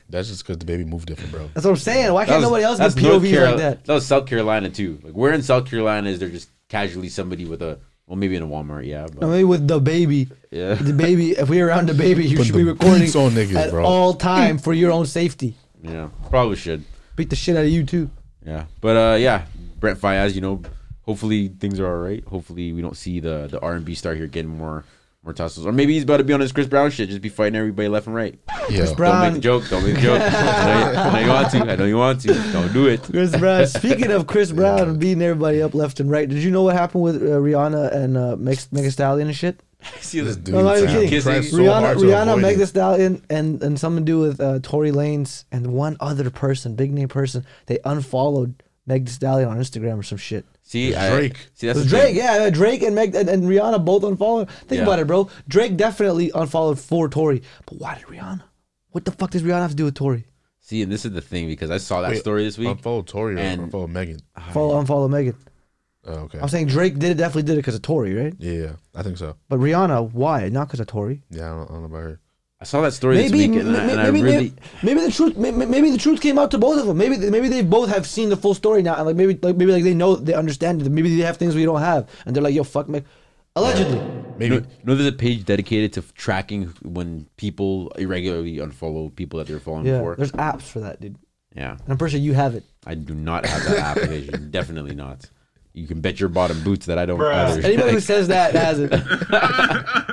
That's just because the baby moved different, bro. That's what I'm saying. Why That can't was- nobody else get that's North POV Carol- like that? that was south carolina too like where in south carolina is there just casually somebody with a well maybe in a walmart yeah but No, maybe with the baby. Yeah. The baby. If we're around the baby, you Put should the be recording beats on niggas, at bro. all time for your own safety. yeah probably should Beat the shit out of you too. Yeah, but uh, yeah, Brent Fayaz. You know, hopefully things are all right. Hopefully we don't see the the R and B star here getting more more tussles, or maybe he's about to be on his Chris Brown shit, just be fighting everybody left and right. Chris Don't Brown. make the joke. Don't make the joke. I, know, I know you want to. I know you want to. Don't do it. Chris Brown. Speaking of Chris Brown beating everybody up left and right, did you know what happened with uh, Rihanna and uh, Meg- Megan Stallion and shit? see this dude. No, I'm not even kidding. Kissing. Rihanna, Rihanna, Meg avoid Thee Stallion, and and something to do with uh, Tory Lanez and one other person, big name person. They unfollowed Meg Thee Stallion on Instagram or some shit. See I- Drake. See that's It was the Drake, thing. yeah, yeah, Drake and Meg and, and Rihanna both unfollowed. Think Yeah. about it, bro. Drake definitely unfollowed for Tory, but why did Rihanna? What the fuck does Rihanna have to do with Tory? See, and this is the thing because I saw that Wait, story this week. Unfold Tory or And- unfold Megan. Follow, unfollow Megan. Oh, okay. I'm saying Drake did it, definitely did it because of Tory, right? Yeah, I think so. But Rihanna, why? Not because of Tory. Yeah, I don't, I don't know about her. I saw that story this week, and, I, may- and I maybe, really maybe the truth, may- may- maybe the truth came out to both of them. Maybe, maybe they both have seen the full story now, and like maybe, like maybe like they know, they understand. It. Maybe they have things we don't have, and they're like, "Yo, fuck me," allegedly. maybe no, no, there's a page dedicated to f- tracking when people irregularly unfollow people that they're following Yeah, for. there's apps for that, dude. Yeah, And I'm pretty sure you have it. I do not have that application. Definitely not. You can bet your bottom boots that I don't either. Anybody who says that has it.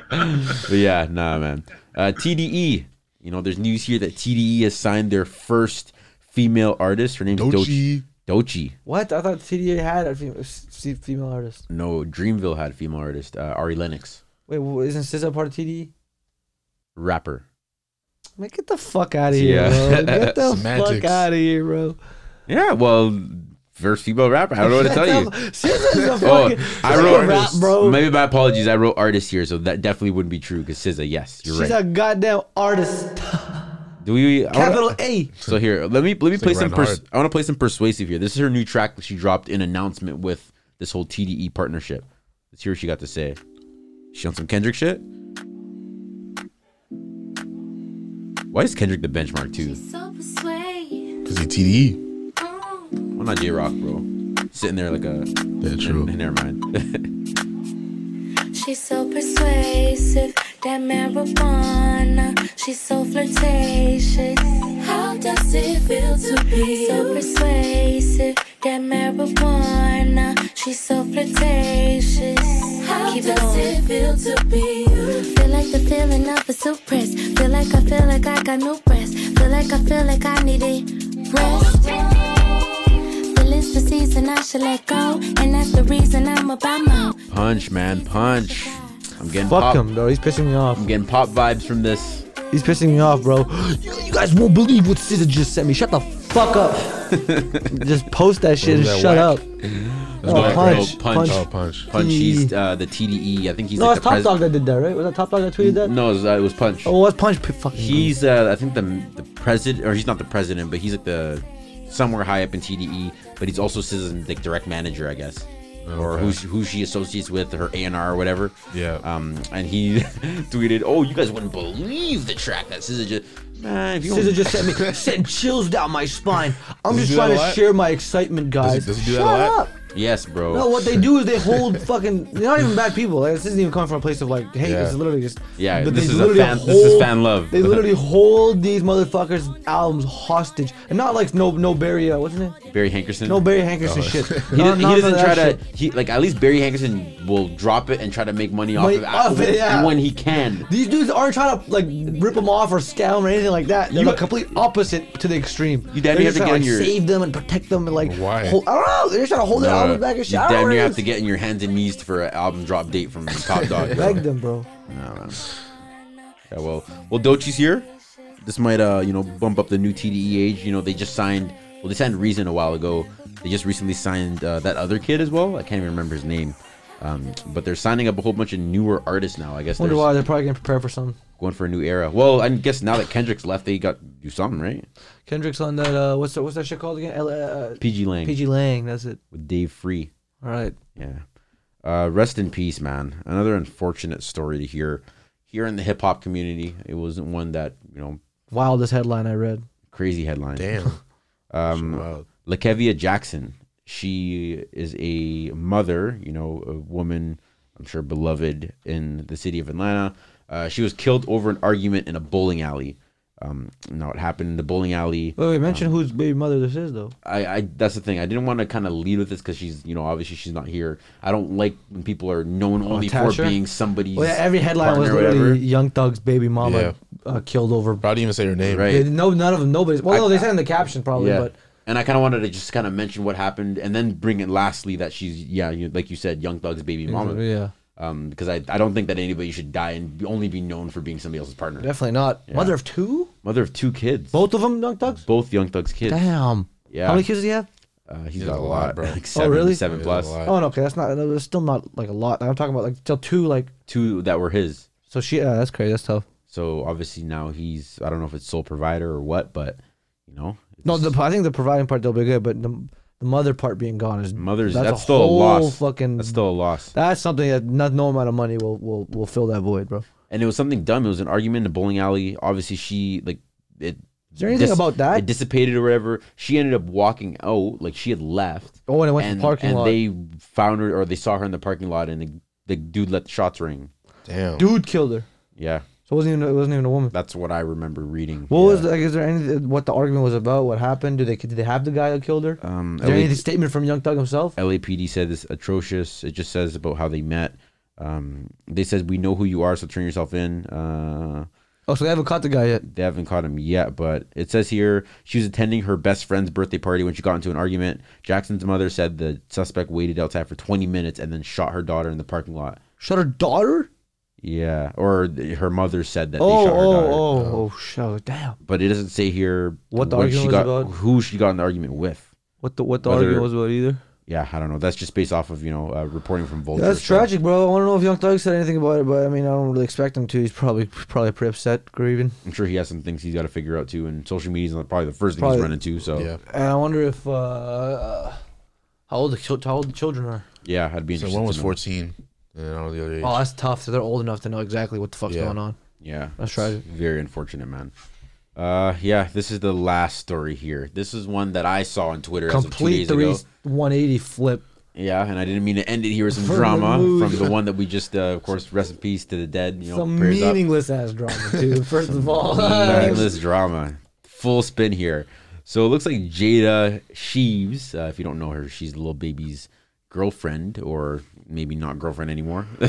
But yeah, nah, man. Uh, TDE. You know, there's news here that TDE has signed their first female artist. Her name's Dochi. Dochi. What? I thought TDA had a female, female artist. No, Dreamville had female artist uh, Ari Lennox, Wait, wh- isn't SZA part of TDE? rapper. Man, get the fuck out of here, Yeah. bro. Get the Semantics. fuck out of here, bro. Yeah, well, first female rapper. I don't know what to tell you. SZA's a Oh, fucking, I she's wrote. a rap, bro. Maybe my apologies. I wrote artist here, so that definitely wouldn't be true. Because SZA, yes, you're She's right. a goddamn artist. Do we I wanna- Capital A. So here, let me let me It's play like some. riding Pers- hard. I want to play some persuasive here. This is her new track that she dropped in announcement with this whole TDE partnership. Let's hear what she got to say. She on some Kendrick shit. Why is Kendrick the benchmark too? So persuade. uh-huh. Cause he E. TDE. Well, not J Rock, bro. Sitting there like a. Yeah, true. never mind. She's so persuasive, that marijuana. She's so flirtatious. How does it feel to be so persuasive? That marijuana. She's so flirtatious. How does it feel to be you? Feel like the feeling of a suppress. Feel like I feel like I got new breasts. Feel like I feel like I need it. Rest. Feel it's the season I should let go, and that's the reason I'm about my. punch, man, punch. I'm getting Fuck pop. him, bro. He's pissing me off. I'm getting pop vibes from this. He's pissing me off, bro. You, you guys won't believe what SZA just sent me. Shut the fuck up. just post that shit and That shut whack. up. That's Oh, whack, bro. punch, punch, punch. Oh, Oh. punch, punch. He's uh, the TDE. I think he's no, like it's the Top pres- Dog that did that, right? Was that Top Dog that tweeted that? No, it was, uh, it was Punch. Oh, it was Punch. P- Fucking He's, uh, I think, the the president, or he's not the president, but he's like the somewhere high up in TDE. But he's also Citizen like direct manager, I guess, or Okay. who she- who she associates with her A and R or whatever. Yeah. Um, and he tweeted, "Oh, you guys wouldn't believe the track that SZA just." Man, if you don't- SZA just sent me sent chills down my spine. I'm Does just he do that trying a to lot? share my excitement, guys. does he do that Shut a lot? up. Yes, bro. No, what they do is they hold fucking. They're not even bad people. Like, this isn't even coming from a place of like hate. Yeah. This is literally just. Yeah, but this they is a literally fan- this is fan love. They literally hold these motherfuckers' albums hostage, and not like no no Barry. Uh, what's his name? Barry Hankerson. No Barry Oh. Hankerson shit. he, None- doesn't, he none of doesn't that try shit. to. He like at least Barry Hankerson will drop it and try to make money off Money of it, off it, yeah. when he can. These dudes aren't trying to like rip them off or scam or anything like that. They're You- the complete opposite to the extreme. You damn They're near just have to trying get on like, your- save them and protect them and like Why? Hold, I don't know. They're just trying to hold their No, albums back and shit. You I don't damn near know what it have is. to get in your hands and knees for an album drop date from Top Dog. bro. Beg them, bro. No, man. Yeah, well, well, Dochi's here. This might, uh, you know, bump up the new TDE age. You know, they just signed. Well, they signed Reason a while ago. They just recently signed uh, that other kid as well. I can't even remember his name. Um, but they're signing up a whole bunch of newer artists now. I guess Wonder there's- why they're probably getting prepared for something. going for a new era. Well, I guess now that Kendrick's left, they got to do something, right? Kendrick's on that. Uh, what's that? What's that shit called again? L- uh, uh, PG Lang. PG Lang. That's it. With Dave Free. All right. Yeah. Uh, rest in peace, man. Another unfortunate story to hear here in the hip hop community. It wasn't one that you know Wildest headline I read. crazy headline. Damn. um, Lakevia Jackson. She is a mother, you know, a woman, I'm sure beloved in the city of Atlanta. Uh, she was killed over an argument in a bowling alley. Um, now it happened in the bowling alley. Wait, wait. Mention whose baby mother this is, though. I, I that's the thing. I didn't want to kind of lead with this because she's, you know, obviously she's not here. I don't like when people are known Oh, only for attach her? being somebody's. Well, yeah, every headline partner was or whatever. literally Young Thug's baby mama Yeah. uh, killed over. I didn't even say her name. Right. They- no, none of them. Nobody's. Well, I- no, they said in the caption probably, yeah. but and I kind of wanted to just kind of mention what happened and then bring it lastly that she's yeah, you, like you said, Young Thug's baby mama. Exactly, yeah. Um, because I, I don't think that anybody should die and be, only be known for being somebody else's partner. definitely not. Yeah. Mother of two. Mother of two kids. Both of them Young Thugs. Both Young Thug's kids. Damn. Yeah. How many kids does he have? Uh, he's got a lot, bro. Like oh seven, really? Seven plus. Oh no, okay, that's not. That's still not like a lot. I'm talking about like still two. Like Two that were his. so, she. Yeah, that's crazy. That's tough. So obviously now he's I don't know if it's sole provider or what, but you know No, the, I think the providing part they'll be good, but the, The mother part being gone is Mother's that's, still a whole loss. Fucking that's still a loss. that's something that not, no amount of money will, will will fill that void, bro. And it was something dumb. It was an argument in a bowling alley. Obviously, she like it. Is there anything about that? It dissipated or whatever. She ended up walking out. Like she had left. Oh, and it went to the parking lot. And they found her or they saw her in the parking lot, and the, the dude let the shots ring. Damn. Dude killed her. Yeah, So it wasn't even it wasn't even a woman. that's what I remember reading. What was like? Is there any what the argument was about? What happened? Do they did they have the guy that killed her? Um, is there LA any statement from Young Thug himself? LAPD said this atrocious. It just says about how they met. Um, they said we know who you are, so turn yourself in. Uh, Oh, so they haven't caught the guy yet. they haven't caught him yet, but it says here she was attending her best friend's birthday party when she got into an argument. Jackson's mother said the suspect waited outside for 20 minutes and then shot her daughter in the parking lot. Shot her daughter? Yeah, or th- her mother said that oh, they shot her oh, daughter. oh, oh, shit! I was like, damn. But it doesn't say here What the when argument she was got, about? who she got in the argument with. What the what the Whether- argument was about either? Yeah, I don't know. That's just based off of you know uh, reporting from Vulture. That's so- tragic, bro. I want to know if Young Thug said anything about it, but I mean, I don't really expect him to. He's probably probably pretty upset, grieving. I'm sure he has some things he's got to figure out too, and social media's not probably the first thing Probably- he's running to. So yeah, And I wonder if uh, uh how old the chil- how old the children are. I'd be So interested. one was to know. 14, and I don't know the other age. Oh, that's tough. So they're old enough to know exactly what the fuck's Yeah. going on. Yeah, That's it's tragic. Very unfortunate, man. Uh, yeah, this is the last story here. This is one that I saw on Twitter. Complete as of two three days ago. 180 flip. Yeah, and I didn't mean to end it here with some From the drama mood. from the one that we just, uh, of course, rest in peace to the dead. You know, Some prayers up. meaningless ass drama, too. First of all, Meaningless drama. Full spin here. So it looks like Jada Sheaves, uh, if you don't know her, she's little baby's girlfriend, or maybe not girlfriend anymore.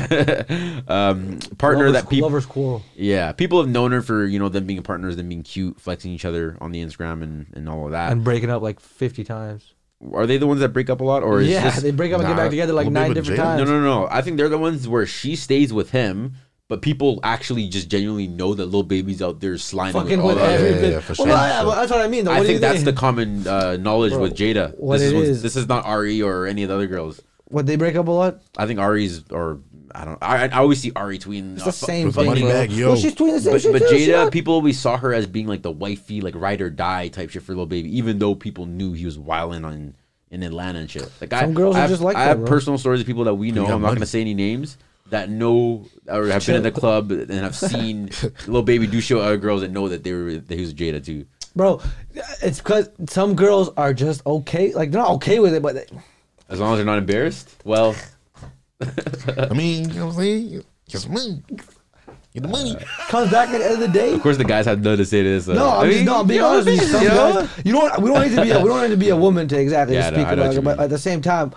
um, partner lovers, that people lovers quarrel. Yeah, people have known her for you know them being partners, them being cute, flexing each other on the Instagram and, and all of that. and breaking up like 50 times. Are they the ones that break up a lot, or is Yeah, this- they break up and get back together like Well, nine maybe different Jada- times. No, no, no. I think they're the ones where she stays with him, but people actually just genuinely know that little baby's out there sliding Fucking with with all that. every Yeah, bit. yeah, for Well, sure. I- well, that's what I mean. Though. What I do think you that's the common uh, knowledge Bro, with Jada. what this it what's- is- This is not Ari or any of the other girls. What they break up a lot? I think Ari's or I don't. I, I always see Ari tweeting. It's the uh, same fucking- thing. money bro. bag, yo. Well, she's tweeting the same But, shit. but too. She Jada, not- people always saw her as being like the wifey, like ride or die type shit for little baby, even though people knew he was wilding on in Atlanta and shit. Like I, Some girls I are have, just like I that, have bro. personal stories of people that we know. got I'm not money. gonna say any names that know or have been in the club and have seen little baby do show other girls that know that they were that he was Jada too. bro, it's because some girls are just okay. Like they're not okay with it, but they, As long as they're not embarrassed. Well, I mean, you know what I'm saying? Get some money. Get the Uh, money. comes back at the end of the day. of course the guys have nothing to say to this. uh, No, I'm just no, I'm being you know honest with you. what I Some mean? You know? guys, you don't. We don't need to be. A, we don't need to be a woman to exactly Yeah, I know- speak I know what about you it. But mean. at the same time,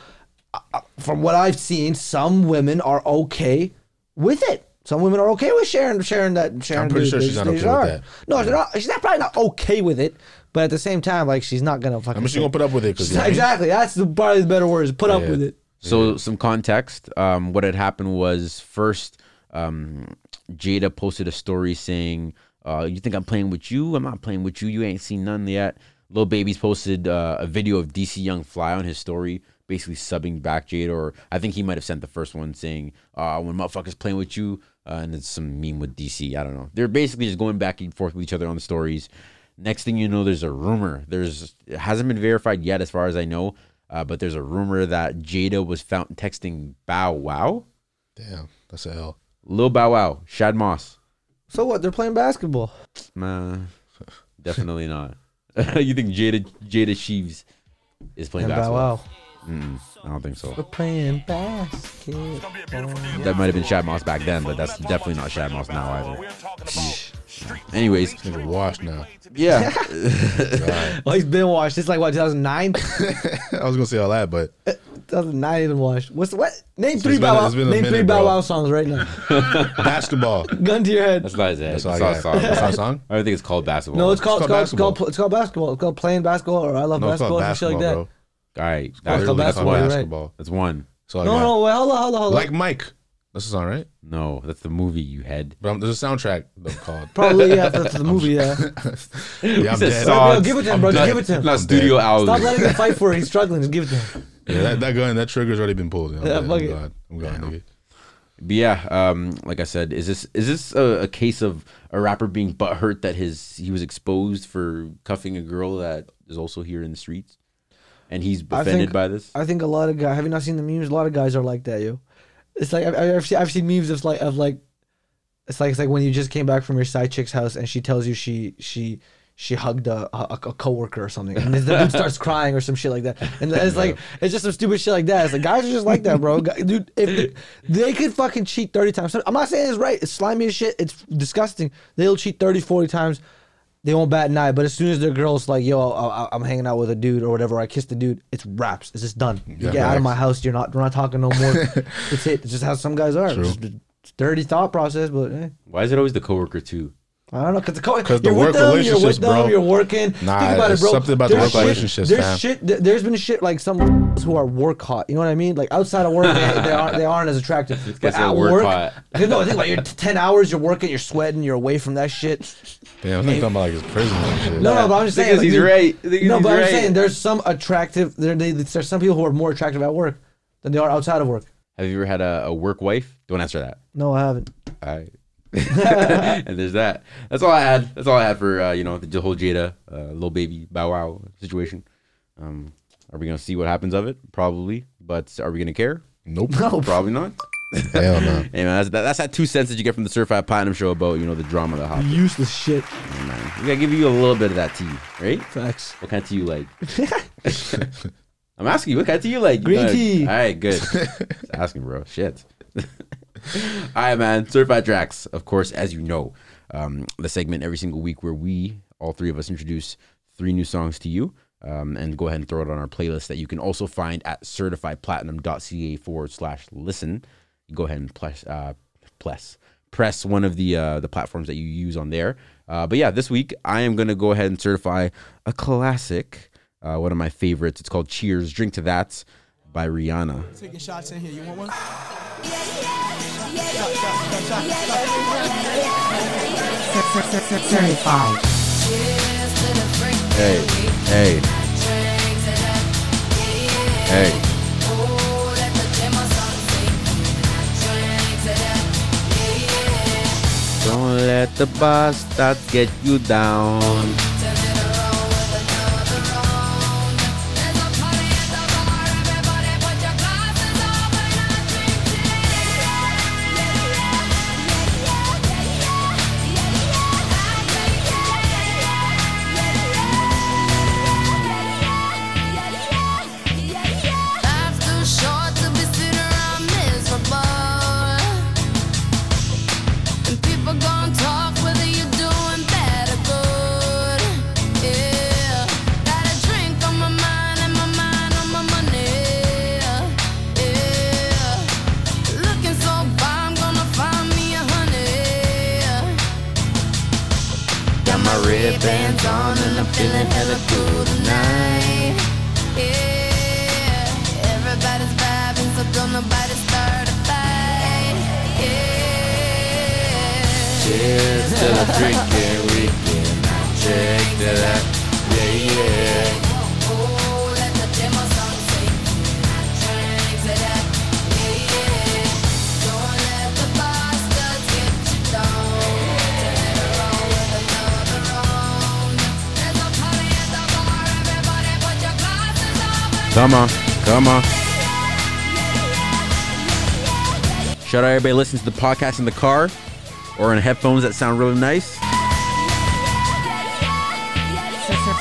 I- I- from what I've seen, some women are okay with it. Some women are okay with sharing, sharing that. Sharing pretty the- sure the- she's not they okay with are. that. No, she's not. She's not probably not okay with it. But at the same time, like she's not gonna fucking. I mean, she gonna put up with it because Exactly. That's the probably the better word is put up Yeah. with it. So some context. Um, what had happened was first, um, Jada posted a story saying, uh, "You think I'm playing with you? I'm not playing with you. You ain't seen none yet." Lil Baby's posted uh, a video of DC Young Fly on his story, basically subbing back Jada, or I think he might have sent the first one saying, uh, "When motherfuckers playing with you," uh, and it's some meme with DC. I don't know. They're basically just going back and forth with each other on the stories. Next thing you know, there's a rumor. There's it hasn't been verified yet, as far as I know, uh, but there's a rumor that Jada was found texting Bow Wow, Damn, that's a L. Lil Bow Wow, Shad Moss. So what? They're playing basketball. Nah, definitely not. you think Jada Jada Sheaves is playing And Bow basketball? Wow. Mm-mm, I don't think so. We're playing basketball. That might have been Shad Moss back then, but that's definitely not Shad Moss now either. Anyways, Nigga washed now. yeah, Well, he's been washed. It's like what 2009. I was gonna say all that, but 2009 even washed. What's what? Name three been- Bow Wow. it's been a Name three minute, Bow bro. Wow songs right now. basketball. Gun to your head. that's not his head. That's That's all I got. not his song. That's not a song. I don't think it's called basketball. No, it's called it's called, called it's called it's called basketball. It's called playing basketball or I love No, it's basketball called and shit basketball, like that. bro. all right. It's That's, called that's basketball, one. you're right. basketball. That's one. That's all I No, got. no, wait, hold on, hold on, hold on. Like Mike. That's the song, right? No, that's the movie you had. But um, there's a soundtrack though, called. Probably yeah, that's the movie. Yeah, yeah, I'm said dead. song. Bro, give it to him, bro. Just give it to him. Not studio Stop album. letting him fight for it. He's struggling. Just give it to him. Yeah, that, that gun, that trigger's already been pulled. I'm, Yeah, dead. fuck I'm it. gone. I'm gone, nigga. But yeah, um, like I said, is this is this a, a case of a rapper being butthurt that his he was exposed for cuffing a girl that is also here in the streets? and he's I offended think- by this? I think a lot of guys. Have you not seen the memes? A lot of guys are like that, yo. It's like I've, I've seen I've seen memes of like of like, it's like it's like when you just came back from your side chick's house and she tells you she she she hugged a a, a coworker or something, and then the dude starts crying or some shit like that, and it's like it's just some stupid shit like that. It's like guys are just like that, bro. Gu- Dude, if they could fucking cheat thirty times. I'm not saying it's right. It's slimy as shit. It's disgusting. They'll cheat 30, 40 times they won't bat an eye. But as soon as their girl's like, "Yo, I, I, I'm hanging out with a dude or whatever," I kiss the dude. It's wraps. It's just done. You Yeah, get out of facts. my house. You're not. We're not talking no more. it's it. It's just how some guys are. True. Just a dirty thought process, but. eh. Why is it always the coworker too? I don't know because the co- 'Cause the you're with work them, you're with relationships, them, bro. You're working. Nah, Think about it, it's bro. something about the There's work shit- relationships, There's fam. shit. th- There's been shit like some who are work hot. You know what I mean? Like outside of work, they, they aren't they aren't as attractive. guys are work hot. no, I think about you're t- ten hours. You're working. You're sweating. You're away from that shit. Damn, I'm not talking about like his prison and shit. No, no, but I'm just Because saying. like, he's dude- right. Because no, he's but I'm right. saying there's some attractive. There, they, there's some people who are more attractive at work than they are outside of work. Have you ever had a, a work wife? Don't answer that. No, I haven't. All right. and there's that. That's all I had. That's all I had for uh, you know the whole Jada uh, little baby bow wow situation. Um, are we gonna see what happens of it? Probably, but are we gonna care? Nope. No. Probably not. Hell no. Hey man, that's that, that's that two cents that you get from the Certified Platinum Show about you know the drama that happened. Useless shit. Hey, man, we gotta give you a little bit of that tea, right? Facts. What kind of tea you like? I'm asking you. What kind of tea you like? You Green know- tea. All right, good. Just asking, bro. Shit. All right, man. Certified Drax, of course, as you know, um, the segment every single week where we, all three of us, introduce three new songs to you. Um, and go ahead and throw it on our playlist that you can also find at certifiedplatinum.ca forward slash listen. Go ahead and plus, uh, plus press one of the uh, the platforms that you use on there. Uh, but yeah, this week I am gonna go ahead and certify a classic, uh, one of my favorites. It's called Cheers, Drink to That by Rihanna. Taking shots in here. You want one? Certified. Hey, hey, hey. Don't let the bastards get you down. Life's too short to be sitting around miserable. And people gon' talk whether you're doing bad or good. Yeah. Got a drink on my mind and my mind on my money. Yeah. Looking so bomb, gonna find me a honey. Got my red bands on and I'm feeling hella cool tonight. Yeah, everybody's vibing, so don't nobody start a fight. Yeah. Cheers to the drinking weekend. Check that out. Yeah, yeah. Oh, let the demo song sing. Drink to that. Yeah, yeah. Don't let the bastards get you down. Turn it around with another round. There's a party at the bar, everybody put your glasses up. Come on, come on. Shout out everybody listens to the podcast in the car or in headphones that sound really nice.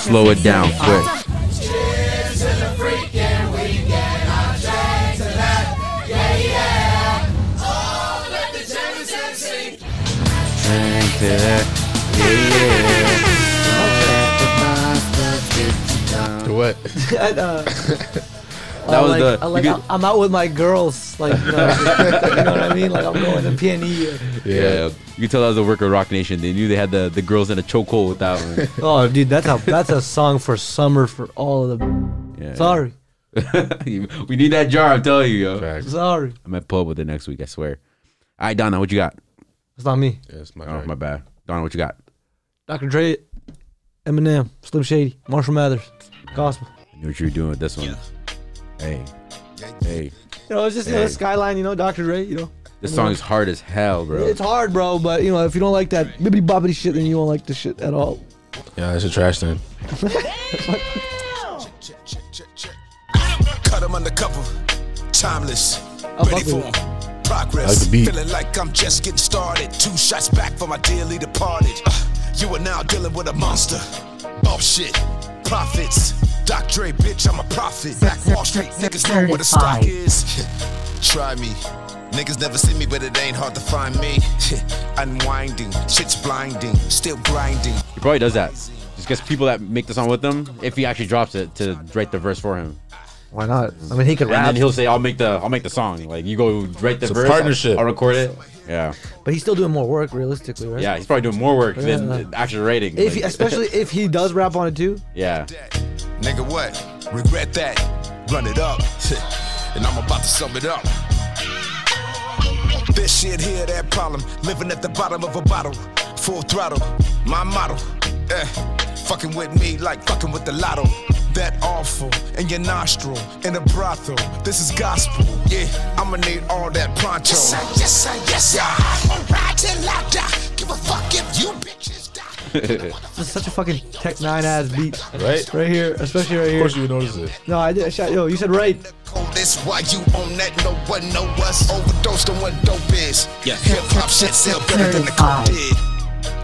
Slow it down quick. Cheers to the freaking weekend. I'll drink to that. Yeah, yeah. Oh, let the Jefferson sing. Drink to that. Yeah, yeah. To what? And, uh, That I was like, the- I like, you could- I'm out with my girls. Like, you know, you know what I mean? Like, I'm going to E. PNE. Yeah. You could tell that was a work of Rock Nation. They knew they had the, the girls in a chokehold with that one. Oh, dude, that's a that's a song for summer for all of the. Yeah. Sorry, we need that jar, I'm telling you, yo. sorry, I'm at pub with it next week, I swear. All right, Donna, what you got? it's not me. Yes, my oh, my bad. Donna, what you got? Dr. Dre, Eminem, Slim Shady, Marshall Mathers, Gospel. I knew what you were doing with this one. Hey, hey. You know, it's just you know, Hey. Skyline. You know, Dr. Dre. You know, This Eminem. song is hard as hell, bro. It's hard, bro. But you know, if you don't like that bibbity bobbity shit, then you won't like the shit at all. Yeah, that's a trash thing. undercover, timeless, I ready fuck for with 'em. it. Progress, Like the beat. feeling like I'm just getting started. Two shots back from my dearly departed. Uh, you are now dealing with a monster. Oh shit, profits. Doc Dre, bitch, I'm a prophet. Back Wall Street, niggas know where the stock is. Try me. Niggas never see me, but it ain't hard to find me. Unwinding, shit's blinding, still grinding. He probably does that. Just gets people that make the song with him, if he actually drops it, to write the verse for him. Why not? I mean, he could and rap. then he'll say, "I'll make the, I'll make the song." Like you go write the It's a verse, partnership. I'll record it. Yeah, But he's still doing more work, realistically, right? yeah. He's probably doing more work Yeah. than actually writing. If Like- especially if he does rap on it too. yeah. Nigga, what? Regret that. Run it up. and I'm about to sum it up. This shit here, that problem. Living at the bottom of a bottle. Full throttle. My motto. Eh. Fucking with me like fucking with the lotto. That awful in your nostril, in a brothel. This is gospel. Yeah, I'ma need all that pronto. Yes, sir, yes, sir, yes, sir. I'ma ride till I die. Give a fuck if you bitches die. This is such a fucking Tech Nine ass beat. Right? Right here, especially right Of here. course you would notice it. No, I did. I shot, yo, you said right. Oh, This why you on that, no one know us. Overdosed on what dope is. Yeah. Hip hop shit sell better than the coke did.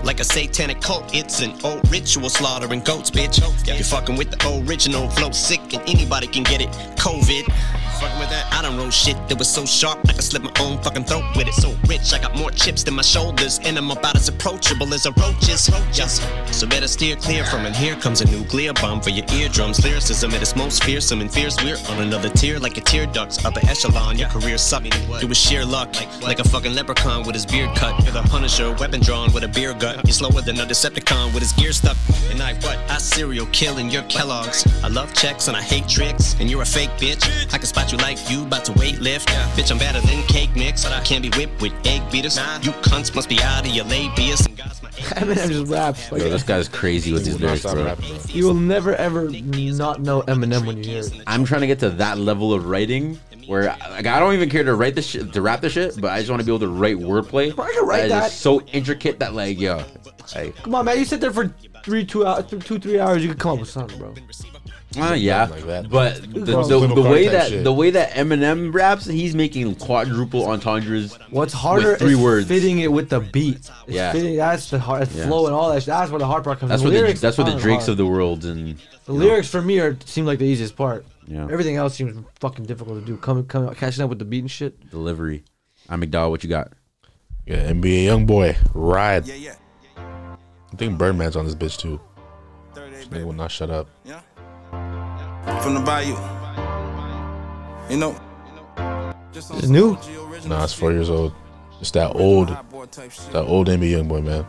Like a satanic cult, it's an old ritual slaughtering goats, bitch. You're fucking with the original flow, sick, and anybody can get it. COVID. Fucking with that, I don't roll shit that was so sharp I could slip my own fucking throat with it. So rich, I got more chips than my shoulders, and I'm about as approachable as a roach is. Yes. So better steer clear from it. Here comes a nuclear bomb for your eardrums. Lyricism at its most fearsome and fierce. We're on another tier like a tear ducts. Upper echelon, your career sucked. It was sheer luck, like a fucking leprechaun with his beard cut. You're the Punisher, weapon drawn with a beer gut. You're slower than a Decepticon with his gear stuck. And I what? I serial killing your Kellogg's. I love checks and I hate tricks. And you're a fake bitch. I can spot you like you about to weight lift. Bitch, I'm better than cake mix. But I can't be whipped with egg beaters. You cunts must be out of your labius. And God's my I mean, I'm just rap. Like, Yo, this guy's crazy with these lyrics, bro. you will never ever not know Eminem when you hear it. I'm trying to get to that level of writing where like, I don't even care to write the shit, to rap the shit, but I just want to be able to write wordplay. I can write that. Is so intricate that like, yo, uh, like, Come on, man. You sit there for three, two hours, two, three hours. You could come up with something, bro. uh, yeah. Like that. but It's the, called the, the political way contact that shit. the way that Eminem raps, he's making quadruple entendres. What's harder With three is words. fitting it with the beat. It's Yeah. fitting- that's the hard it's Yeah. flow and all that. shit. That's where the hard part comes. That's in. what the the lyrics that's what the aren't Drakes hard. of the world and The lyrics for me are seem like the easiest part. Yeah. Everything else seems fucking difficult to do. Coming, coming, catching up with the beat and shit. delivery. I'm McDowell. What you got? Yeah, NBA young boy, ride. I think Birdman's on this bitch too. This nigga will not shut up. From the bayou. You know. It's new. Nah, it's four years old. It's that old, that old NBA young boy, man.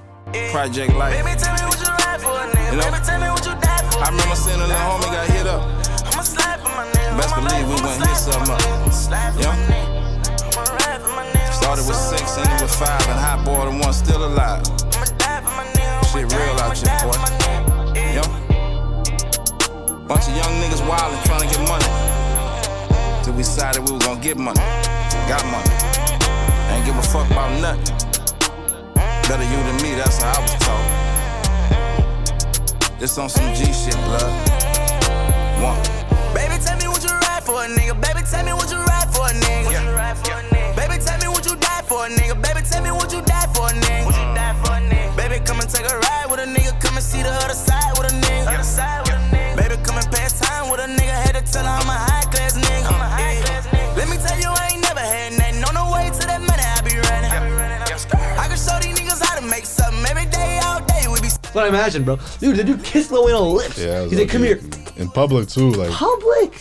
Project Life. Baby, tell me what you ride for, nigga. You know? Baby, tell me what you die for. I remember seeing a little homie got hit up. I'ma slap on my nigga. Best believe we went hit something up. Yeah. Started with six, ended with five, and hot boy the one still alive. Shit real out here, boy. Yeah. Bunch of young niggas wildin' trying to get money. Till we decided we was gonna get money. Got money. Ain't give a fuck about nothing. Better you than me, that's how I was taught. This on some G shit, blood. One. Baby, tell me what you ride for, a nigga. Baby, tell me what you ride for, a nigga. Baby, tell me what you die for, a nigga. Baby, tell me what you die for, a nigga. Baby, come and take a ride with a nigga. Come and see the other side with a nigga. Baby, come and pass time with a nigga. Had to tell her I'm a high class nigga. Yeah. Let me tell you, I ain't never had nothing. On the way to that money, I be running. I can show these niggas how to make something. Every day, all day, we be That's what I imagine, bro. Dude, the dude kissed Lil Wayne on the lips. Yeah, He's like, come here, in public too, like. public.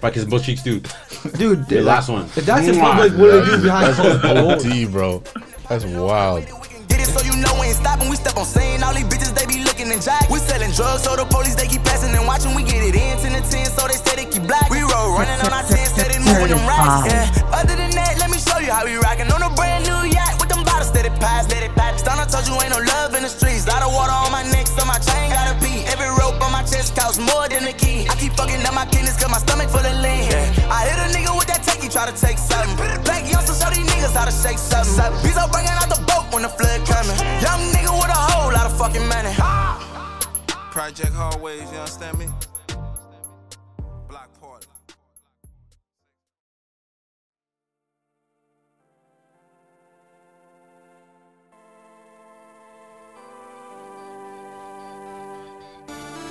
Fuck his butt cheeks, dude. Dude, the last one. If that's in public, what do they do behind closed That's doors? OD, bro. That's wild. Did it so you know we ain't stopping. We step on scene. All these bitches, they be looking and jock. We selling drugs, so the police, they keep passing and watching. We get it in 10 to 10, so they steady keep black. We roll running on our 10, steady moving them racks. Yeah. Other than that, let me show you how we rockin' on a brand new yacht with them bottles steady pies. Steady pies. Stunner told you ain't no love in the streets. Lot of water on my neck, so my chain gotta be. Every rope on my chest costs more than a key. I keep fucking up my kidneys, cause my stomach full of lean. I hit a nigga with that take, he try to take something. Black youngster, show these niggas how to shake something. Bezo bringing out the boat when the flood coming. Young nigga with a whole lot of fucking money. Project Hallways, you understand me?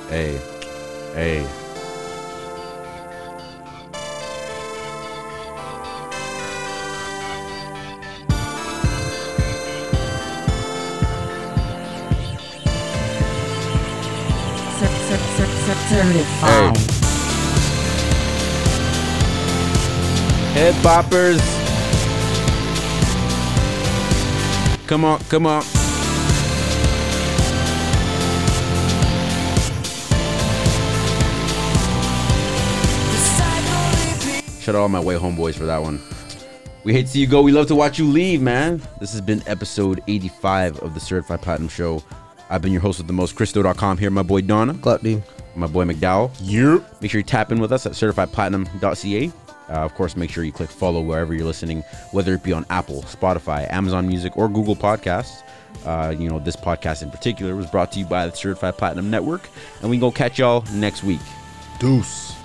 Hey, hey. Certified. Head boppers. Come on, come on. Shout out all my way home boys for that one. We hate to see you go. We love to watch you leave, man. This has been episode 85 of the Certified Platinum Show. I've been your host with the most, Christo.com. Here, my boy Donna. Gluttony. My boy McDowell. Yep. Make sure you tap in with us at certifiedplatinum.ca. Uh, of course, make sure you click follow wherever you're listening, whether it be on Apple, Spotify, Amazon Music, or Google Podcasts. Uh, you know, this podcast in particular was brought to you by the Certified Platinum Network. And we go catch y'all next week. Deuce.